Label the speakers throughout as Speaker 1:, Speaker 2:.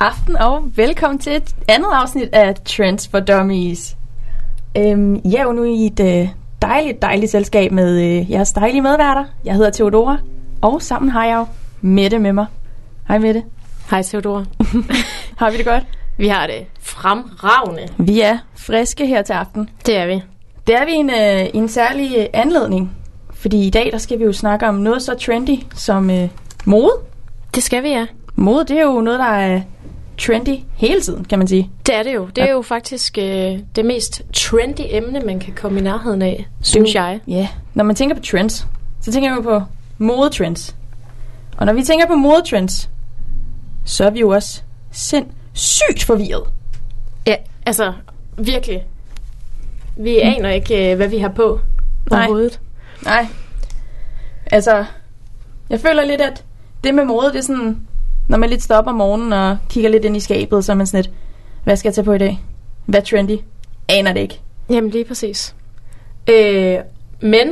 Speaker 1: aften og velkommen til et andet afsnit af Trends for Dummies. Øhm, jeg er jo nu i et øh, dejligt, dejligt selskab med øh, jeres dejlige medværter. Jeg hedder Theodora, og sammen har jeg jo Mette med mig. Hej Mette,
Speaker 2: Hej Theodora.
Speaker 1: har vi det godt?
Speaker 2: Vi har det fremragende.
Speaker 1: Vi er friske her til aften.
Speaker 2: Det er vi.
Speaker 1: Det er vi en, øh, en særlig øh, anledning, fordi i dag der skal vi jo snakke om noget så trendy som øh, mode.
Speaker 2: Det skal vi, ja.
Speaker 1: Mode det er jo noget, der er trendy hele tiden, kan man sige.
Speaker 2: Det er det jo. Det er jo faktisk øh, det mest trendy emne, man kan komme i nærheden af, synes jeg.
Speaker 1: Ja, yeah. når man tænker på trends, så tænker man på modetrends. Og når vi tænker på modetrends, så er vi jo også sindssygt forvirret.
Speaker 2: Ja, altså virkelig. Vi mm. aner ikke, øh, hvad vi har på
Speaker 1: Nej.
Speaker 2: overhovedet.
Speaker 1: Nej. Altså, jeg føler lidt, at det med mode, det er sådan, når man lidt står op om morgenen og kigger lidt ind i skabet, så er man sådan lidt, hvad skal jeg tage på i dag? Hvad er trendy? Aner det ikke.
Speaker 2: Jamen lige præcis. Øh, men,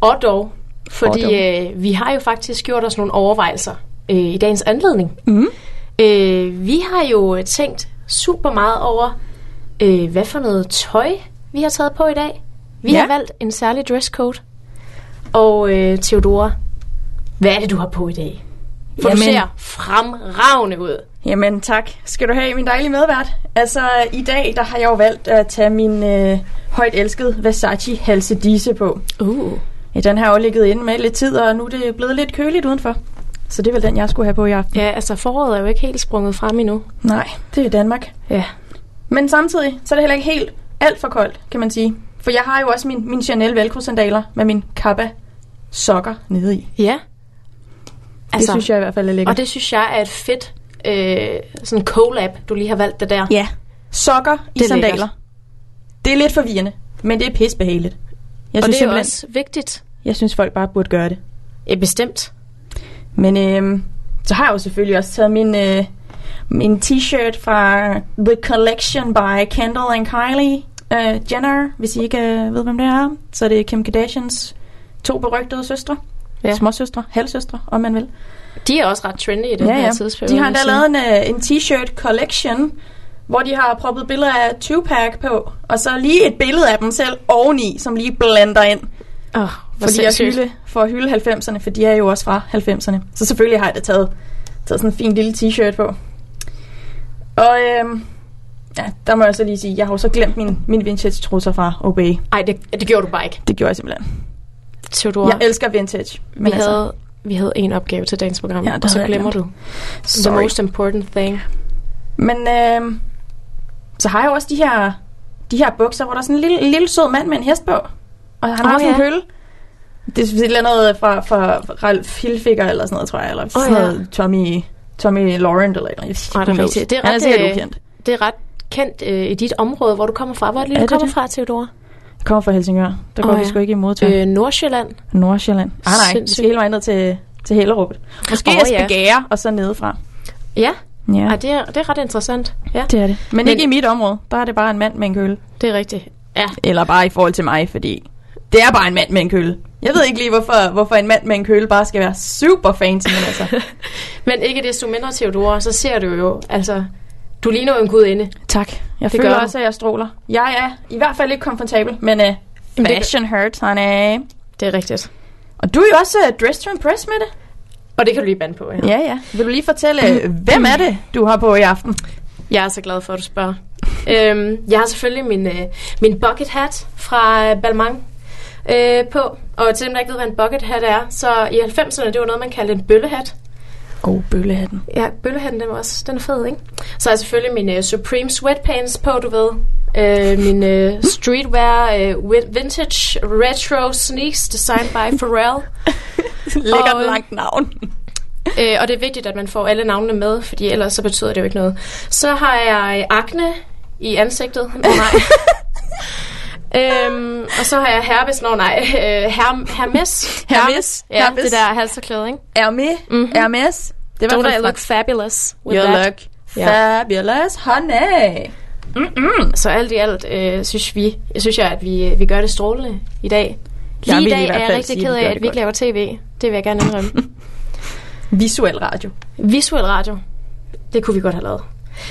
Speaker 2: og dog, fordi
Speaker 1: Og dog.
Speaker 2: Øh, vi har jo faktisk gjort os nogle overvejelser øh, i dagens anledning.
Speaker 1: Mm.
Speaker 2: Øh, vi har jo øh, tænkt super meget over, øh, hvad for noget tøj vi har taget på i dag. Vi
Speaker 1: Ja.
Speaker 2: ja. har valgt en særlig dresscode. Og øh, Theodora, hvad er det, du har på i dag? For Jamen. du
Speaker 1: Jamen.
Speaker 2: ser fremragende ud.
Speaker 1: Jamen tak, skal du have min dejlige medvært. Altså i dag, der har jeg jo valgt at tage min øh, højt elskede Versace halsedisse på.
Speaker 2: Uh.
Speaker 1: Ja, den har jo ligget inde med lidt tid, og nu er det blevet lidt køligt udenfor. Så det er vel den, jeg skulle have på i aften.
Speaker 2: Ja, altså foråret er jo ikke helt sprunget frem endnu.
Speaker 1: Nej, det er Danmark.
Speaker 2: Ja.
Speaker 1: Men samtidig, så er det heller ikke helt alt for koldt, kan man sige. For jeg har jo også min, min Chanel velcro-sandaler med min kappa sokker nede i. Det
Speaker 2: Ja.
Speaker 1: altså, synes jeg i hvert fald er lækkert.
Speaker 2: Og det synes jeg er et fedt øh, sådan collab, du lige har valgt det der.
Speaker 1: ja. Sokker i
Speaker 2: Det er
Speaker 1: sandaler.
Speaker 2: lækkert.
Speaker 1: Det er lidt forvirrende, men det er pisbehageligt. Jeg
Speaker 2: Og
Speaker 1: synes,
Speaker 2: det er jo
Speaker 1: simpelthen-
Speaker 2: også vigtigt.
Speaker 1: jeg synes, folk bare burde gøre det.
Speaker 2: Ja, bestemt.
Speaker 1: Men øhm, så har jeg jo selvfølgelig også taget min, øh, min t-shirt fra The Collection by Kendall and Kylie øh, Jenner. Hvis I ikke øh, ved, hvem det er, så er det Kim Kardashians to berygtede søstre. Ja.
Speaker 2: Ja.
Speaker 1: Småsøstre, halvsøstre, om man vil.
Speaker 2: De er også ret trendy i den her tidsperiode.
Speaker 1: De har
Speaker 2: vil
Speaker 1: endda
Speaker 2: jeg sige.
Speaker 1: lavet en, øh, en t-shirt collection, hvor de har proppet billeder af 2-pack på, og så lige et billede af dem selv oveni, som lige blander ind.
Speaker 2: Åh, oh, hvor
Speaker 1: Fordi jeg
Speaker 2: sindssygt.
Speaker 1: hylde, for at hylde 90'erne, for de er jo også fra 90'erne. Så selvfølgelig har jeg da taget, taget sådan en fin lille t-shirt på. Og øhm, ja, der må jeg så lige sige, jeg har jo så glemt min, min vintage trusser fra OB.
Speaker 2: Ej, det, det gjorde du bare ikke.
Speaker 1: Det gjorde jeg simpelthen.
Speaker 2: Theodora,
Speaker 1: Jeg elsker vintage. Men altså-
Speaker 2: vi, havde, vi havde en opgave til dagens program,
Speaker 1: Ja, det
Speaker 2: og så
Speaker 1: havde jeg
Speaker 2: glemmer du. The
Speaker 1: Sorry.
Speaker 2: most important thing.
Speaker 1: Men øhm, så har jeg jo også de her, de her bukser, hvor der er sådan en lille, en lille sød mand med en hest på. Og han har
Speaker 2: Åh,
Speaker 1: oh, sådan en
Speaker 2: ja.
Speaker 1: kølle. Det er sådan et eller andet fra, fra Ralph Hilfiger eller sådan noget, tror jeg. Eller sådan
Speaker 2: ja.
Speaker 1: noget Tommy, Tommy Laurent eller et eller andet.
Speaker 2: Nej, det er
Speaker 1: Who knows?
Speaker 2: rigtigt. Det er
Speaker 1: Han er
Speaker 2: ret,
Speaker 1: sikkert
Speaker 2: øh,
Speaker 1: ukendt.
Speaker 2: Det er ret kendt øh, i dit område, hvor du kommer fra. Hvor er det, lige,
Speaker 1: Er
Speaker 2: du
Speaker 1: det
Speaker 2: kommer
Speaker 1: det?
Speaker 2: fra, Theodora?
Speaker 1: Jeg kommer fra Helsingør. Der
Speaker 2: Åh,
Speaker 1: går oh, vi
Speaker 2: ja.
Speaker 1: sgu ikke i modtøj. Øh,
Speaker 2: Øh, Nordsjælland.
Speaker 1: Nordsjælland. Ah, nej, vi
Speaker 2: sindssygt.
Speaker 1: skal hele vejen ned til, til Hellerup. Måske
Speaker 2: Åh,
Speaker 1: oh,
Speaker 2: ja.
Speaker 1: Aspergære, og så nedefra.
Speaker 2: Ja,
Speaker 1: Ja,
Speaker 2: Ej, det, er, det er ret interessant. Ja,
Speaker 1: det er det. Men, Men
Speaker 2: Men-
Speaker 1: ikke i mit område. Der er det bare en mand med en kølle.
Speaker 2: det er rigtigt. Ja,
Speaker 1: Eller bare i forhold til mig, fordi det er bare en mand med en kølle. Jeg ved ikke lige, hvorfor, hvorfor en mand med en kølle bare skal være super fancy, men altså,
Speaker 2: men ikke desto mindre, Theodora, så ser du jo, altså, du ligner jo en gudinde.
Speaker 1: tak. Jeg
Speaker 2: Det
Speaker 1: det føler
Speaker 2: gør du.
Speaker 1: også, at jeg stråler. Jeg er i hvert fald ikke komfortabel, men uh,
Speaker 2: det gør-
Speaker 1: fashion hurts, honey.
Speaker 2: Det er rigtigt.
Speaker 1: Og du er jo også uh, dressed to impress med det.
Speaker 2: Og det kan du lige bande på, ja.
Speaker 1: Ja, ja. Vil du lige fortælle, øh, hvem er det, du har på i aften?
Speaker 2: Jeg er så glad for, at du spørger. øhm, jeg har selvfølgelig min, øh, min bucket hat fra øh, Balmain øh, på. Og til dem, der ikke ved, hvad en bucket hat er, så i 90'erne, det var noget, man kaldte en bøllehat.
Speaker 1: Åh, oh, bøllehatten.
Speaker 2: Ja, bøllehatten, den, var også, den er fed, ikke? Så har jeg selvfølgelig min øh, Supreme sweatpants på, du ved. Øh, min øh, streetwear øh, win- vintage retro sneaks designed by Pharrell.
Speaker 1: Lækkert
Speaker 2: Og, øh,
Speaker 1: langt navn.
Speaker 2: Øh, og det er vigtigt, at man får alle navnene med, fordi ellers så betyder det jo ikke noget. Så har jeg akne i ansigtet. Nå, nej. øhm, og så har jeg herpes. Nå nej, øh, her, hermes.
Speaker 1: Hermes.
Speaker 2: Ja,
Speaker 1: Herpes.
Speaker 2: herpes. det der halserklæde, ikke?
Speaker 1: Hermes.
Speaker 2: Mhm.
Speaker 1: Hermes. Det var
Speaker 2: Don't I
Speaker 1: faktisk
Speaker 2: look fabulous with
Speaker 1: You
Speaker 2: that?
Speaker 1: look fabulous, honey.
Speaker 2: Så alt i alt øh, synes vi, jeg synes jeg, at vi, vi gør det strålende i dag.
Speaker 1: Jeg
Speaker 2: Lige i
Speaker 1: vil i
Speaker 2: dag
Speaker 1: hvert
Speaker 2: er jeg
Speaker 1: fald
Speaker 2: rigtig
Speaker 1: sige,
Speaker 2: ked
Speaker 1: vi
Speaker 2: af,
Speaker 1: gør
Speaker 2: at
Speaker 1: det
Speaker 2: vi
Speaker 1: godt.
Speaker 2: ikke laver tv. Det vil jeg gerne indrømme.
Speaker 1: Visuel radio.
Speaker 2: Visuel radio. Det kunne vi godt have lavet.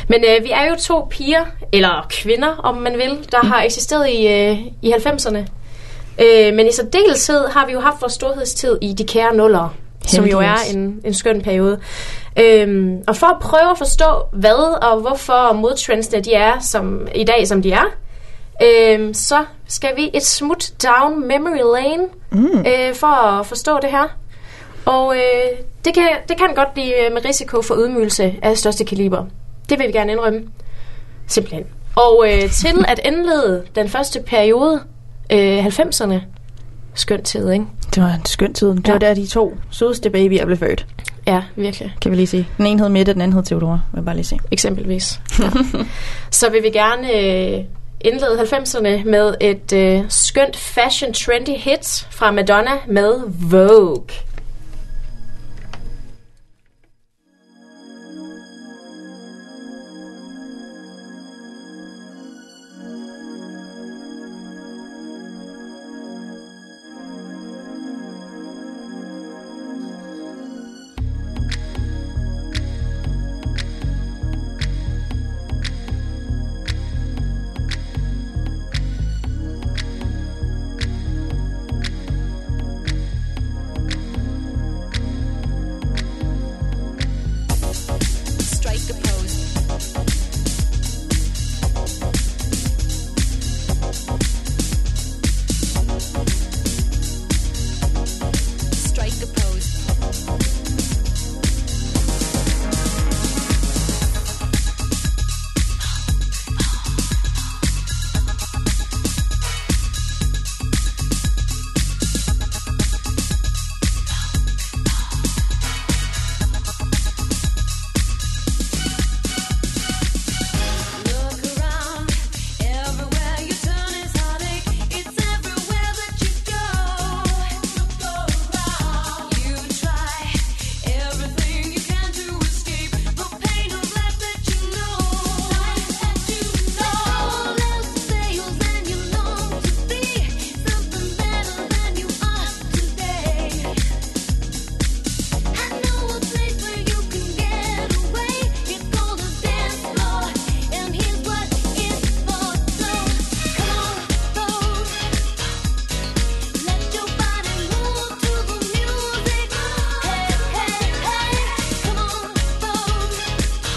Speaker 2: Men øh, vi er jo to piger, eller kvinder, om man vil, der har eksisteret i, øh, i 90'erne. Øh, men i særdeleshed har vi jo haft vores storhedstid i de kære nuller, som jo er
Speaker 1: Heldigvis.
Speaker 2: en, en skøn periode. Øhm, og for at prøve at forstå, hvad og hvorfor og modtrendsene de er som, i dag, som de er, øhm, så skal vi et smut down memory lane
Speaker 3: Mm.
Speaker 2: øh, for at forstå det her. Og øh, det, kan, det kan godt blive øh, med risiko for udmygelse af største kaliber. Det vil vi gerne indrømme. Simpelthen. Og øh, til at indlede den første periode, øh, 90'erne, skøn tid, ikke?
Speaker 1: Det var en skøn tid. Det
Speaker 2: Ja.
Speaker 1: var der, de to sødeste babyer blev født,
Speaker 2: Ja, virkelig.
Speaker 1: kan vi lige sige. Den ene hed Mette, den anden hed Theodora, vil jeg bare lige sige.
Speaker 2: Eksempelvis. Ja. Så vil vi gerne øh, indlede 90'erne med et øh, skønt fashion trendy hit fra Madonna med Vogue.
Speaker 4: strike a pose. Strike a pose. Look around, everywhere you turn is heartache. It's everywhere that you go. Go around, you try everything you can to escape the pain of life that you know. Life that you know. All else fails and you long to be something better than you are today. I know a place where you can get away. It's called a dance floor, and here's what it's for. So come on, move. Let your body move to the music. Hey, hey, hey. Come on, move. Let your body go with the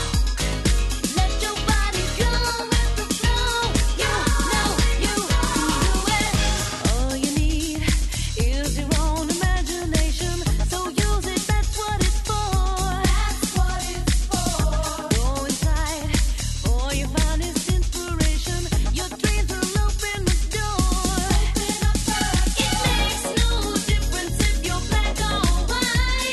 Speaker 4: flow. You know you can do it. All you need is your own imagination. So use it. That's what it's for. That's what it's for. Go inside, for your finest inspiration. Your dreams will open the door. It makes no difference if you're black or white,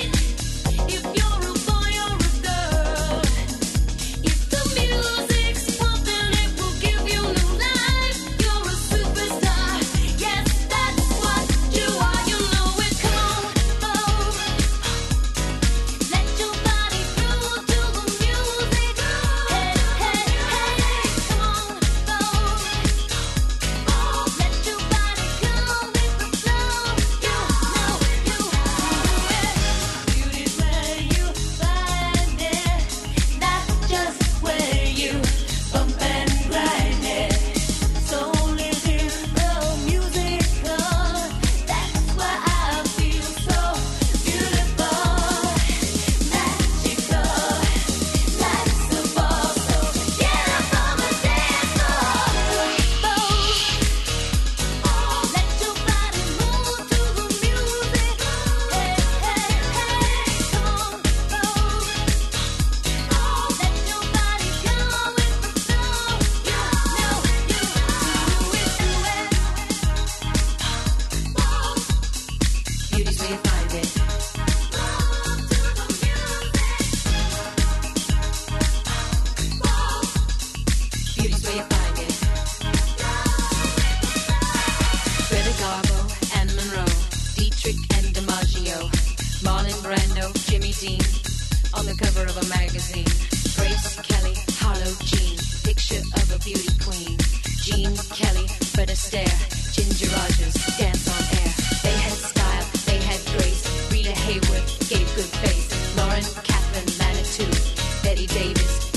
Speaker 4: if you're a boy or a girl. If the music's pumping, it will give you new life. You're a superstar. Yes, that's what you are. You know it. Come on, oh. Let your body groove to the music. Hey, hey, hey. Come on, oh. Let your body go with the flow. You know you can do it. Beauty's where you find it, not just where you bump and grind it. Soul is in the musical. That's why I feel so beautiful, magical, life's a ball. So get up on the dance floor, let your body move to the music. Hey, hey, hey, come on, move. Let your body go with the flow. You know you do it. Beauty's where you find it. Move to the music. Beauty's where you find it. Greta Garbo and Monroe, Dietrich and DiMaggio, Marlon Brando, Jimmy Dean, on the cover of a magazine. Grace Kelly, Harlow Jean, picture of a beauty queen. Jean Kelly, Fred Astaire, Ginger Rogers, dance on air. They had style, they had grace. Rita Hayworth gave good face. Lauren Kaplan, Manitou, Betty Davis,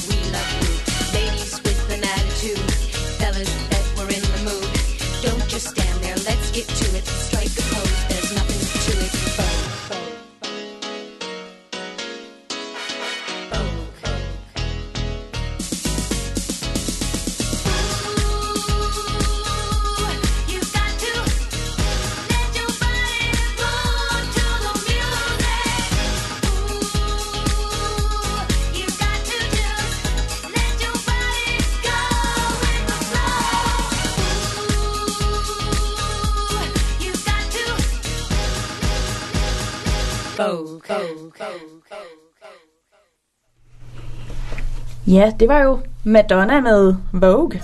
Speaker 1: Ja, det var jo Madonna med Vogue.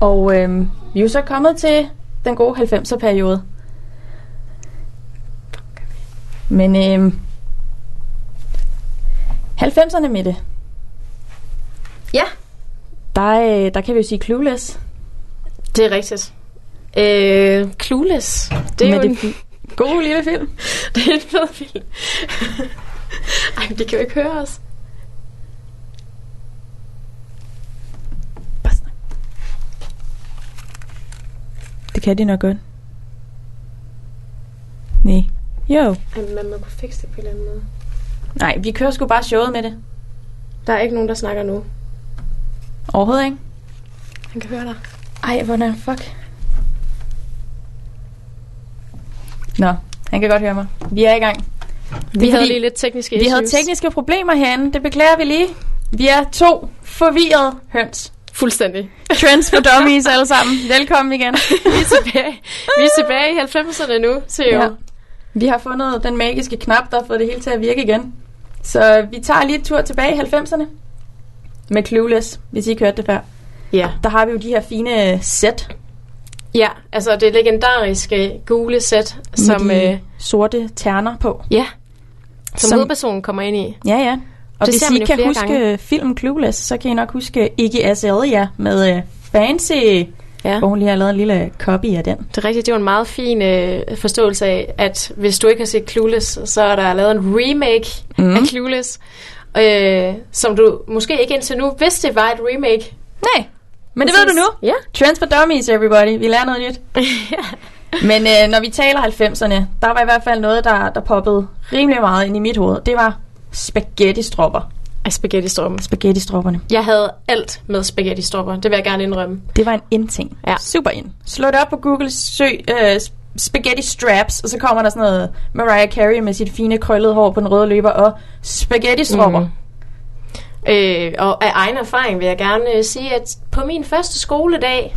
Speaker 1: Og øhm, vi er jo så kommet til den gode 90'er-periode. Men øhm, 90'erne med det,
Speaker 2: Ja,
Speaker 1: der, øh, der kan vi jo sige Clueless.
Speaker 2: det er rigtigt. Øh, Clueless. Det er
Speaker 1: Men
Speaker 2: jo
Speaker 1: det-
Speaker 2: en,
Speaker 1: God lille film.
Speaker 2: det er en fed film. Ej, men det kan jo ikke høre os.
Speaker 1: Bare snak. Det kan de nok godt. Nej. Jo.
Speaker 2: Ej, men man kunne fikse det på en eller anden måde.
Speaker 1: Nej, vi kører sgu bare showet med det.
Speaker 2: Der er ikke nogen, der snakker nu.
Speaker 1: Overhovedet ikke.
Speaker 2: Han kan høre dig.
Speaker 1: Ej, hvordan fuck. Nå, han kan godt høre mig. Vi er i gang.
Speaker 2: Vi havde
Speaker 1: fordi-
Speaker 2: lige lidt tekniske
Speaker 1: Vi
Speaker 2: issues.
Speaker 1: havde tekniske problemer herinde. Det beklager vi lige. Vi er to forvirrede høns.
Speaker 2: Fuldstændig.
Speaker 1: Trends for dummies alle sammen. Velkommen igen.
Speaker 2: Vi er tilbage, vi er tilbage i 90'erne nu, så jo.
Speaker 1: Ja. Vi har fundet den magiske knap, der har fået det hele til at virke igen. Så vi tager lige et tur tilbage i 90'erne. Med Clueless, hvis I ikke hørte det før.
Speaker 2: ja.
Speaker 1: Der har vi jo de her fine sæt.
Speaker 2: Ja, altså det legendariske gule sæt, som,
Speaker 1: med de
Speaker 2: øh,
Speaker 1: sorte terner på.
Speaker 2: ja, som,
Speaker 1: Som-
Speaker 2: som hovedpersonen kommer ind i.
Speaker 1: Ja, ja. Og
Speaker 2: Det
Speaker 1: hvis
Speaker 2: ser man
Speaker 1: I
Speaker 2: jo
Speaker 1: kan
Speaker 2: flere
Speaker 1: huske
Speaker 2: gange.
Speaker 1: filmen Clueless, så kan I nok huske Iggy Azalea med øh, Fancy,
Speaker 2: Ja.
Speaker 1: hvor hun lige har lavet en lille copy af den.
Speaker 2: Det er rigtigt, det var en meget fin øh, forståelse af, at hvis du ikke har set Clueless, så er der lavet en remake
Speaker 1: Mhm.
Speaker 2: mm. af Clueless, øh, som du måske ikke indtil nu vidste var et remake.
Speaker 1: Nej, men det ved du nu.
Speaker 2: Ja.
Speaker 1: Trends for Dummies, everybody. Vi lærer noget nyt. Men øh, når vi taler 90'erne, der var i hvert fald noget, der, der poppede rimelig meget ind i mit hoved. Det var spaghetti-stropper.
Speaker 2: Ej, spaghetti-stroppen.
Speaker 1: Spaghetti-stropperne.
Speaker 2: Jeg havde alt med spaghetti-stropper, det vil jeg gerne indrømme.
Speaker 1: Det var en indting.
Speaker 2: Ja.
Speaker 1: Super ind. Slå det op på Google, søg øh, spaghetti straps, og så kommer der sådan noget Mariah Carey med sit fine krøllede hår på den røde løber, og spaghetti stropper. Mm.
Speaker 2: Mhm. Øh, og af egen erfaring vil jeg gerne øh, sige, at på min første skoledag,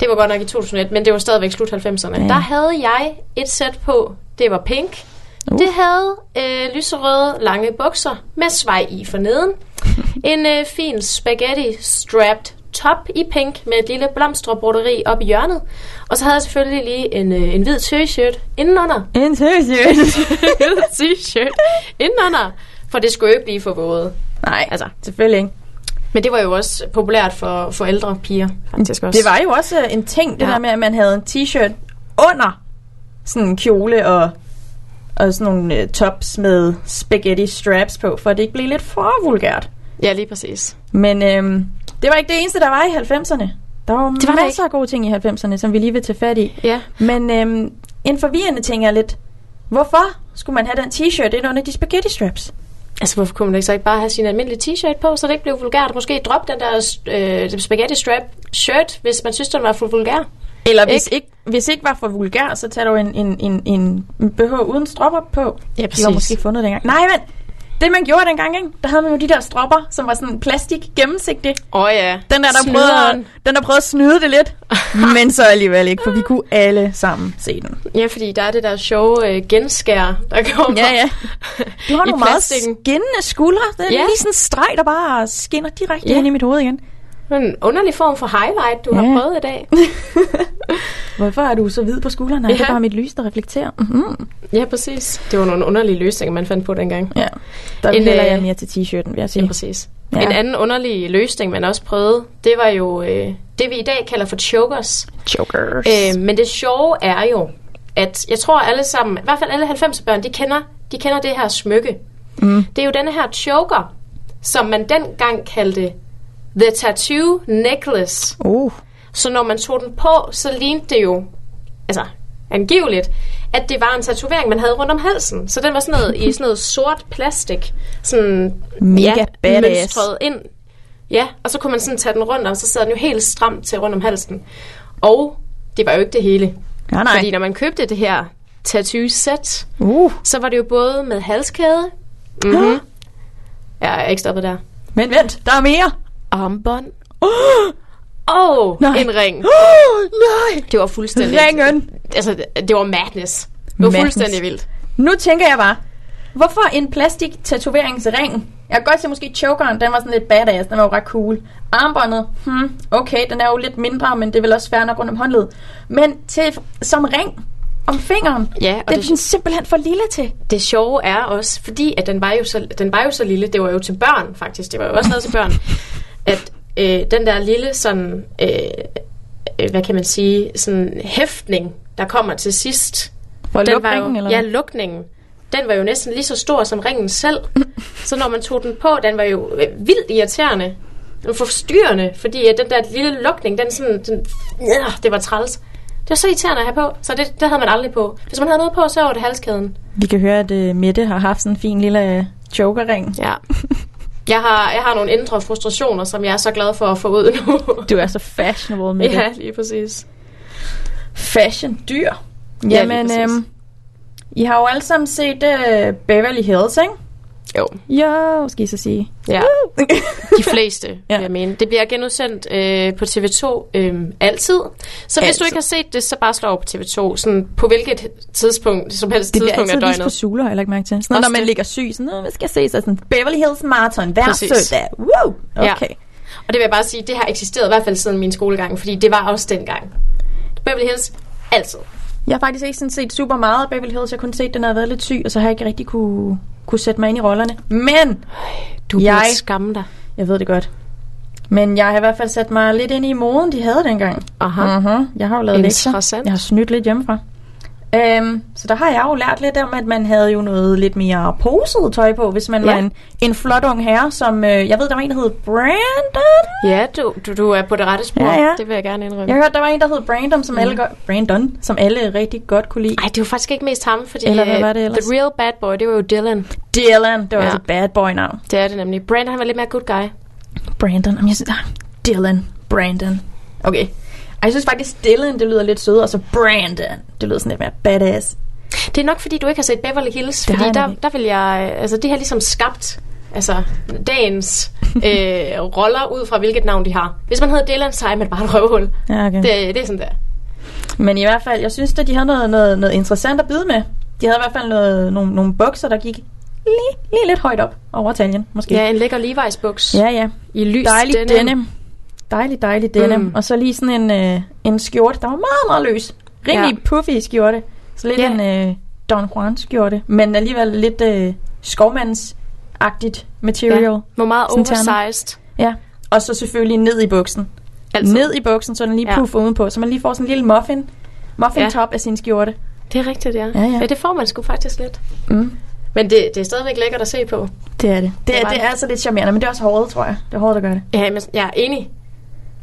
Speaker 2: det var godt nok i 2001, men det var stadigvæk slut 90'erne,
Speaker 1: Ja.
Speaker 2: ja. der havde jeg et sæt på, det var pink.
Speaker 1: Uh.
Speaker 2: Uh. Det havde øh, lyserøde lange bukser med svej i forneden. en øh, fin spaghetti-strapped top i pink med et lille blomsterbroderi op i hjørnet. Og så havde jeg selvfølgelig lige en, øh, en hvid t-shirt indenunder. hvid t-shirt indenunder. For det skulle jo ikke blive for våde.
Speaker 1: Nej, altså,
Speaker 2: Altså.
Speaker 1: selvfølgelig ikke.
Speaker 2: Men det var jo også populært for, for ældre piger, faktisk også.
Speaker 1: Det var jo også øh, en ting, det ja.
Speaker 2: Ja.
Speaker 1: der med, at man havde en t-shirt under sådan en kjole og, og sådan nogle øh, tops med spaghetti straps på, for at det ikke blev lidt for vulgært.
Speaker 2: Ja, lige præcis.
Speaker 1: Men øhm, det var ikke det eneste, der var i 90'erne. Der var,
Speaker 2: der
Speaker 1: masser af gode ting i 90'erne, som vi lige vil tage fat i.
Speaker 2: Ja.
Speaker 1: Men øhm, en forvirrende ting er lidt, hvorfor skulle man have den t-shirt ind under de spaghetti straps?
Speaker 2: Altså, hvorfor kunne man ikke så ikke bare have sin almindelige t-shirt på, så det ikke blev vulgært? Måske droppe den der øh, spaghetti strap shirt, hvis man synes, den var for vulgær.
Speaker 1: Eller hvis ikke, hvis ikke var for vulgær, så tag dog en, en, en, en BH uden stropper på.
Speaker 2: Ja,
Speaker 1: De var måske fundet dengang. Nej, men det man gjorde dengang, ikke? der havde man jo de der stropper, som var sådan plastik gennemsigtig.
Speaker 2: Åh oh, ja.
Speaker 1: Den der, der prøvede, at- den der prøvede at snyde det lidt, men så alligevel ikke, for vi kunne alle sammen se den.
Speaker 2: Ja, fordi der er det der sjove øh, genskær, der kommer.
Speaker 1: Du har
Speaker 2: I
Speaker 1: nogle meget
Speaker 2: plastikken.
Speaker 1: skinnende skuldre. Det er
Speaker 2: Ja.
Speaker 1: ja. lige sådan en streg, der bare skinner direkte
Speaker 2: Ja.
Speaker 1: ind i mit hoved igen.
Speaker 2: En underlig form for highlight, du ja.
Speaker 1: Ja.
Speaker 2: har prøvet i dag.
Speaker 1: Hvorfor er du så hvid på skuldrene? Ja. Det er
Speaker 2: Ja.
Speaker 1: bare mit lys, der reflekterer. Mm-hmm.
Speaker 2: ja, præcis. Det var nogle underlige løsninger, man fandt på dengang.
Speaker 1: Ja. Der
Speaker 2: En,
Speaker 1: hælder
Speaker 2: øh,
Speaker 1: jeg mere til t-shirten, vil jeg
Speaker 2: Ja,
Speaker 1: sige. Øhm.
Speaker 2: præcis.
Speaker 1: Ja.
Speaker 2: Ja. En anden underlig løsning, man også prøvede, det var jo øh, det, vi i dag kalder for chokers.
Speaker 1: Jokers.
Speaker 2: Øh, men det sjove er jo, at jeg tror alle sammen, i hvert fald alle 90'er børn, de kender, de kender det her smykke.
Speaker 1: Mm.
Speaker 2: Det er jo denne her choker, som man dengang kaldte The Tattoo Necklace.
Speaker 1: Uh.
Speaker 2: Så når man tog den på, så lignede det jo, altså angiveligt, at det var en tatovering, man havde rundt om halsen. Så den var sådan noget, i sådan noget sort plastik, sådan
Speaker 1: Mega badass.
Speaker 2: mønstret ind. Ja, og så kunne man sådan tage den rundt, og så sad den jo helt stramt til rundt om halsen. Og det var jo ikke det hele.
Speaker 1: Nej,
Speaker 2: Nej.
Speaker 1: nej.
Speaker 2: Fordi når man købte det her tattoo-sæt,
Speaker 1: Uh.
Speaker 2: så var det jo både med halskæde, mm-hmm. jeg er ikke stoppet der,
Speaker 1: Men vent, der er mere.
Speaker 2: armbånd
Speaker 1: Uh.
Speaker 2: og
Speaker 1: Nej.
Speaker 2: en ring.
Speaker 1: Uh. Nej.
Speaker 2: Det var fuldstændig...
Speaker 1: Ringen.
Speaker 2: Altså, det var madness. Det var
Speaker 1: Madness.
Speaker 2: fuldstændig vildt.
Speaker 1: Nu tænker jeg bare, hvorfor en plastik tatoveringsring? Jeg kan godt se måske chokeren, den var sådan lidt badass, den var jo ret cool. Armbåndet, hmm, okay, den er jo lidt mindre, men det er vel også færre nok rundt om håndledet. Men til, som ring om fingeren,
Speaker 2: Ja, og
Speaker 1: det er
Speaker 2: det-
Speaker 1: den simpelthen for lille til.
Speaker 2: Det sjove er også, fordi at den var, jo så, den var jo så lille, det var jo til børn faktisk, det var jo også lavet til børn, at øh, den der lille sådan, øh, øh, hvad kan man sige, sådan hæftning, der kommer til sidst,
Speaker 1: For
Speaker 2: den var jo,
Speaker 1: lukringen, eller
Speaker 2: Ja,
Speaker 1: hvad?
Speaker 2: lukningen. Den var jo næsten lige så stor som ringen selv. så når man tog den på, den var jo øh, vildt irriterende. Og forstyrrende, fordi at den der lille lukning, den sådan, den, ja, det var træls. Det var så irriterende at have på, så det, det havde man aldrig på. Hvis man havde noget på, så var det halskæden.
Speaker 1: Vi kan høre, at uh, Mette har haft sådan en fin lille uh, chokerring.
Speaker 2: Ja. Jeg har, jeg har nogle indre frustrationer, som jeg er så glad for at få ud nu.
Speaker 1: Du er så fashionable, Mette.
Speaker 2: ja, lige præcis.
Speaker 1: Fashion dyr.
Speaker 2: lige
Speaker 1: Jamen,
Speaker 2: præcis.
Speaker 1: øhm, I har jo alle sammen set uh, Beverly Hills, ikke?
Speaker 2: Jo.
Speaker 1: Jo, skal I så sige.
Speaker 2: Ja. De fleste, ja.
Speaker 1: Ja.
Speaker 2: jeg mener. Det bliver genudsendt øh, på TV2 øh, altid. Så hvis altid.
Speaker 1: Altid.
Speaker 2: du ikke har set det, så bare slå over på TV2. Sådan på hvilket tidspunkt, som helst
Speaker 1: Det bliver
Speaker 2: tidspunkt af
Speaker 1: altid vist på
Speaker 2: døgnet.
Speaker 1: Zulu, har jeg lagt mærke til. Sådan,
Speaker 2: Også
Speaker 1: når man
Speaker 2: det.
Speaker 1: ligger syg, sådan, "Nå, hvad skal jeg se? Så er sådan, Beverly Hills Marathon hver
Speaker 2: Præcis.
Speaker 1: søndag. Woo!
Speaker 2: Ja.
Speaker 1: Okay.
Speaker 2: Og det vil jeg bare sige, det har eksisteret i hvert fald siden min skolegang, fordi det var også dengang. Beverly Hills, altid.
Speaker 1: Jeg har faktisk ikke sådan set super meget af Beverly Hills. Jeg har kun set, den har været lidt syg, og så har jeg ikke rigtig kunne, kunne sætte mig ind i rollerne. Men,
Speaker 2: Du
Speaker 1: Jeg-
Speaker 2: burde skamme dig.
Speaker 1: jeg ved det godt. Men jeg har i hvert fald sat mig lidt ind i moden, de havde dengang.
Speaker 2: Aha. Mm.
Speaker 1: Uh-huh. Jeg har jo lavet lektier.
Speaker 2: Interessant.
Speaker 1: Jeg har snydt lidt hjemmefra. Øhm, så der har jeg jo lært lidt om, at man havde jo noget lidt mere poset tøj på, hvis man
Speaker 2: Ja.
Speaker 1: ja. var en, en flot ung herre, som øh, jeg ved, der var en, der hed Brandon.
Speaker 2: Ja, du, du, du er på det rette spor.
Speaker 1: Ja, ja.
Speaker 2: Det vil jeg gerne indrømme.
Speaker 1: Jeg hørte, der var en, der hed Brandon, som, alle, go- Brandon, som alle rigtig godt kunne lide.
Speaker 2: Ej, det var faktisk ikke mest ham, fordi
Speaker 1: Eller hvad
Speaker 2: øh,
Speaker 1: var det ellers?
Speaker 2: The Real Bad Boy, det var jo Dylan.
Speaker 1: Dylan, det var
Speaker 2: Ja.
Speaker 1: ja. altså et bad boy navn.
Speaker 2: Det er det nemlig. Brandon, han var lidt mere good guy.
Speaker 1: Brandon. Jamen, jeg synes, ah, Dylan. Brandon. Okay. Ej, jeg synes faktisk, Dylan, det lyder lidt sødere, og så Brandon. Det lyder sådan lidt mere badass.
Speaker 2: Det er nok, fordi du ikke har set Beverly Hills,
Speaker 1: Det
Speaker 2: fordi
Speaker 1: har jeg
Speaker 2: der,
Speaker 1: nemlig ikke.
Speaker 2: der vil jeg... øh, Altså, det har ligesom skabt altså, dagens øh, roller ud fra, hvilket navn de har. Hvis man hedder Dylan, så er man bare et røvhul.
Speaker 1: Ja, okay.
Speaker 2: Det, det er sådan der.
Speaker 1: Men i hvert fald, jeg synes, at de havde noget, noget, noget interessant at byde med. De havde i hvert fald noget, nogle, nogle bukser, der gik lige, lige lidt højt op over taljen, måske.
Speaker 2: Ja, en lækker Levi's buks.
Speaker 1: ja. ja.
Speaker 2: I lys
Speaker 1: Dejlig
Speaker 2: denim.
Speaker 1: denim. denim. Dejlig, dejlig denim.
Speaker 2: Mm.
Speaker 1: Mm. Og så lige sådan en, øh, en skjorte, der var meget, meget løs. Rimelig
Speaker 2: Ja.
Speaker 1: ja. puffy skjorte. Så lidt
Speaker 2: Ja.
Speaker 1: yeah. en øh, Don Juan skjorte. Men alligevel lidt øh, skovmandsagtigt material.
Speaker 2: Hvor meget
Speaker 1: Sådan ternet.
Speaker 2: oversized. Altså,
Speaker 1: Ja. ja. Og så selvfølgelig ned i buksen.
Speaker 2: Altid.
Speaker 1: Ned i buksen, så den lige
Speaker 2: Ja.
Speaker 1: Altså- ja. puffer udenpå. Så man lige får sådan en lille muffin. Muffin
Speaker 2: Ja.
Speaker 1: ja. top af sin skjorte.
Speaker 2: Det er rigtigt, ja.
Speaker 1: Ja, ja.
Speaker 2: ja det får man sgu faktisk lidt.
Speaker 1: Mm.
Speaker 2: Men det, det er stadigvæk lækkert at se på.
Speaker 1: Det er det. Det, det,
Speaker 2: Det var
Speaker 1: er, det
Speaker 2: det.
Speaker 1: er altså lidt charmerende, men det er også håret, tror jeg. Det er håret, der gør det.
Speaker 2: Ja, men jeg er enig.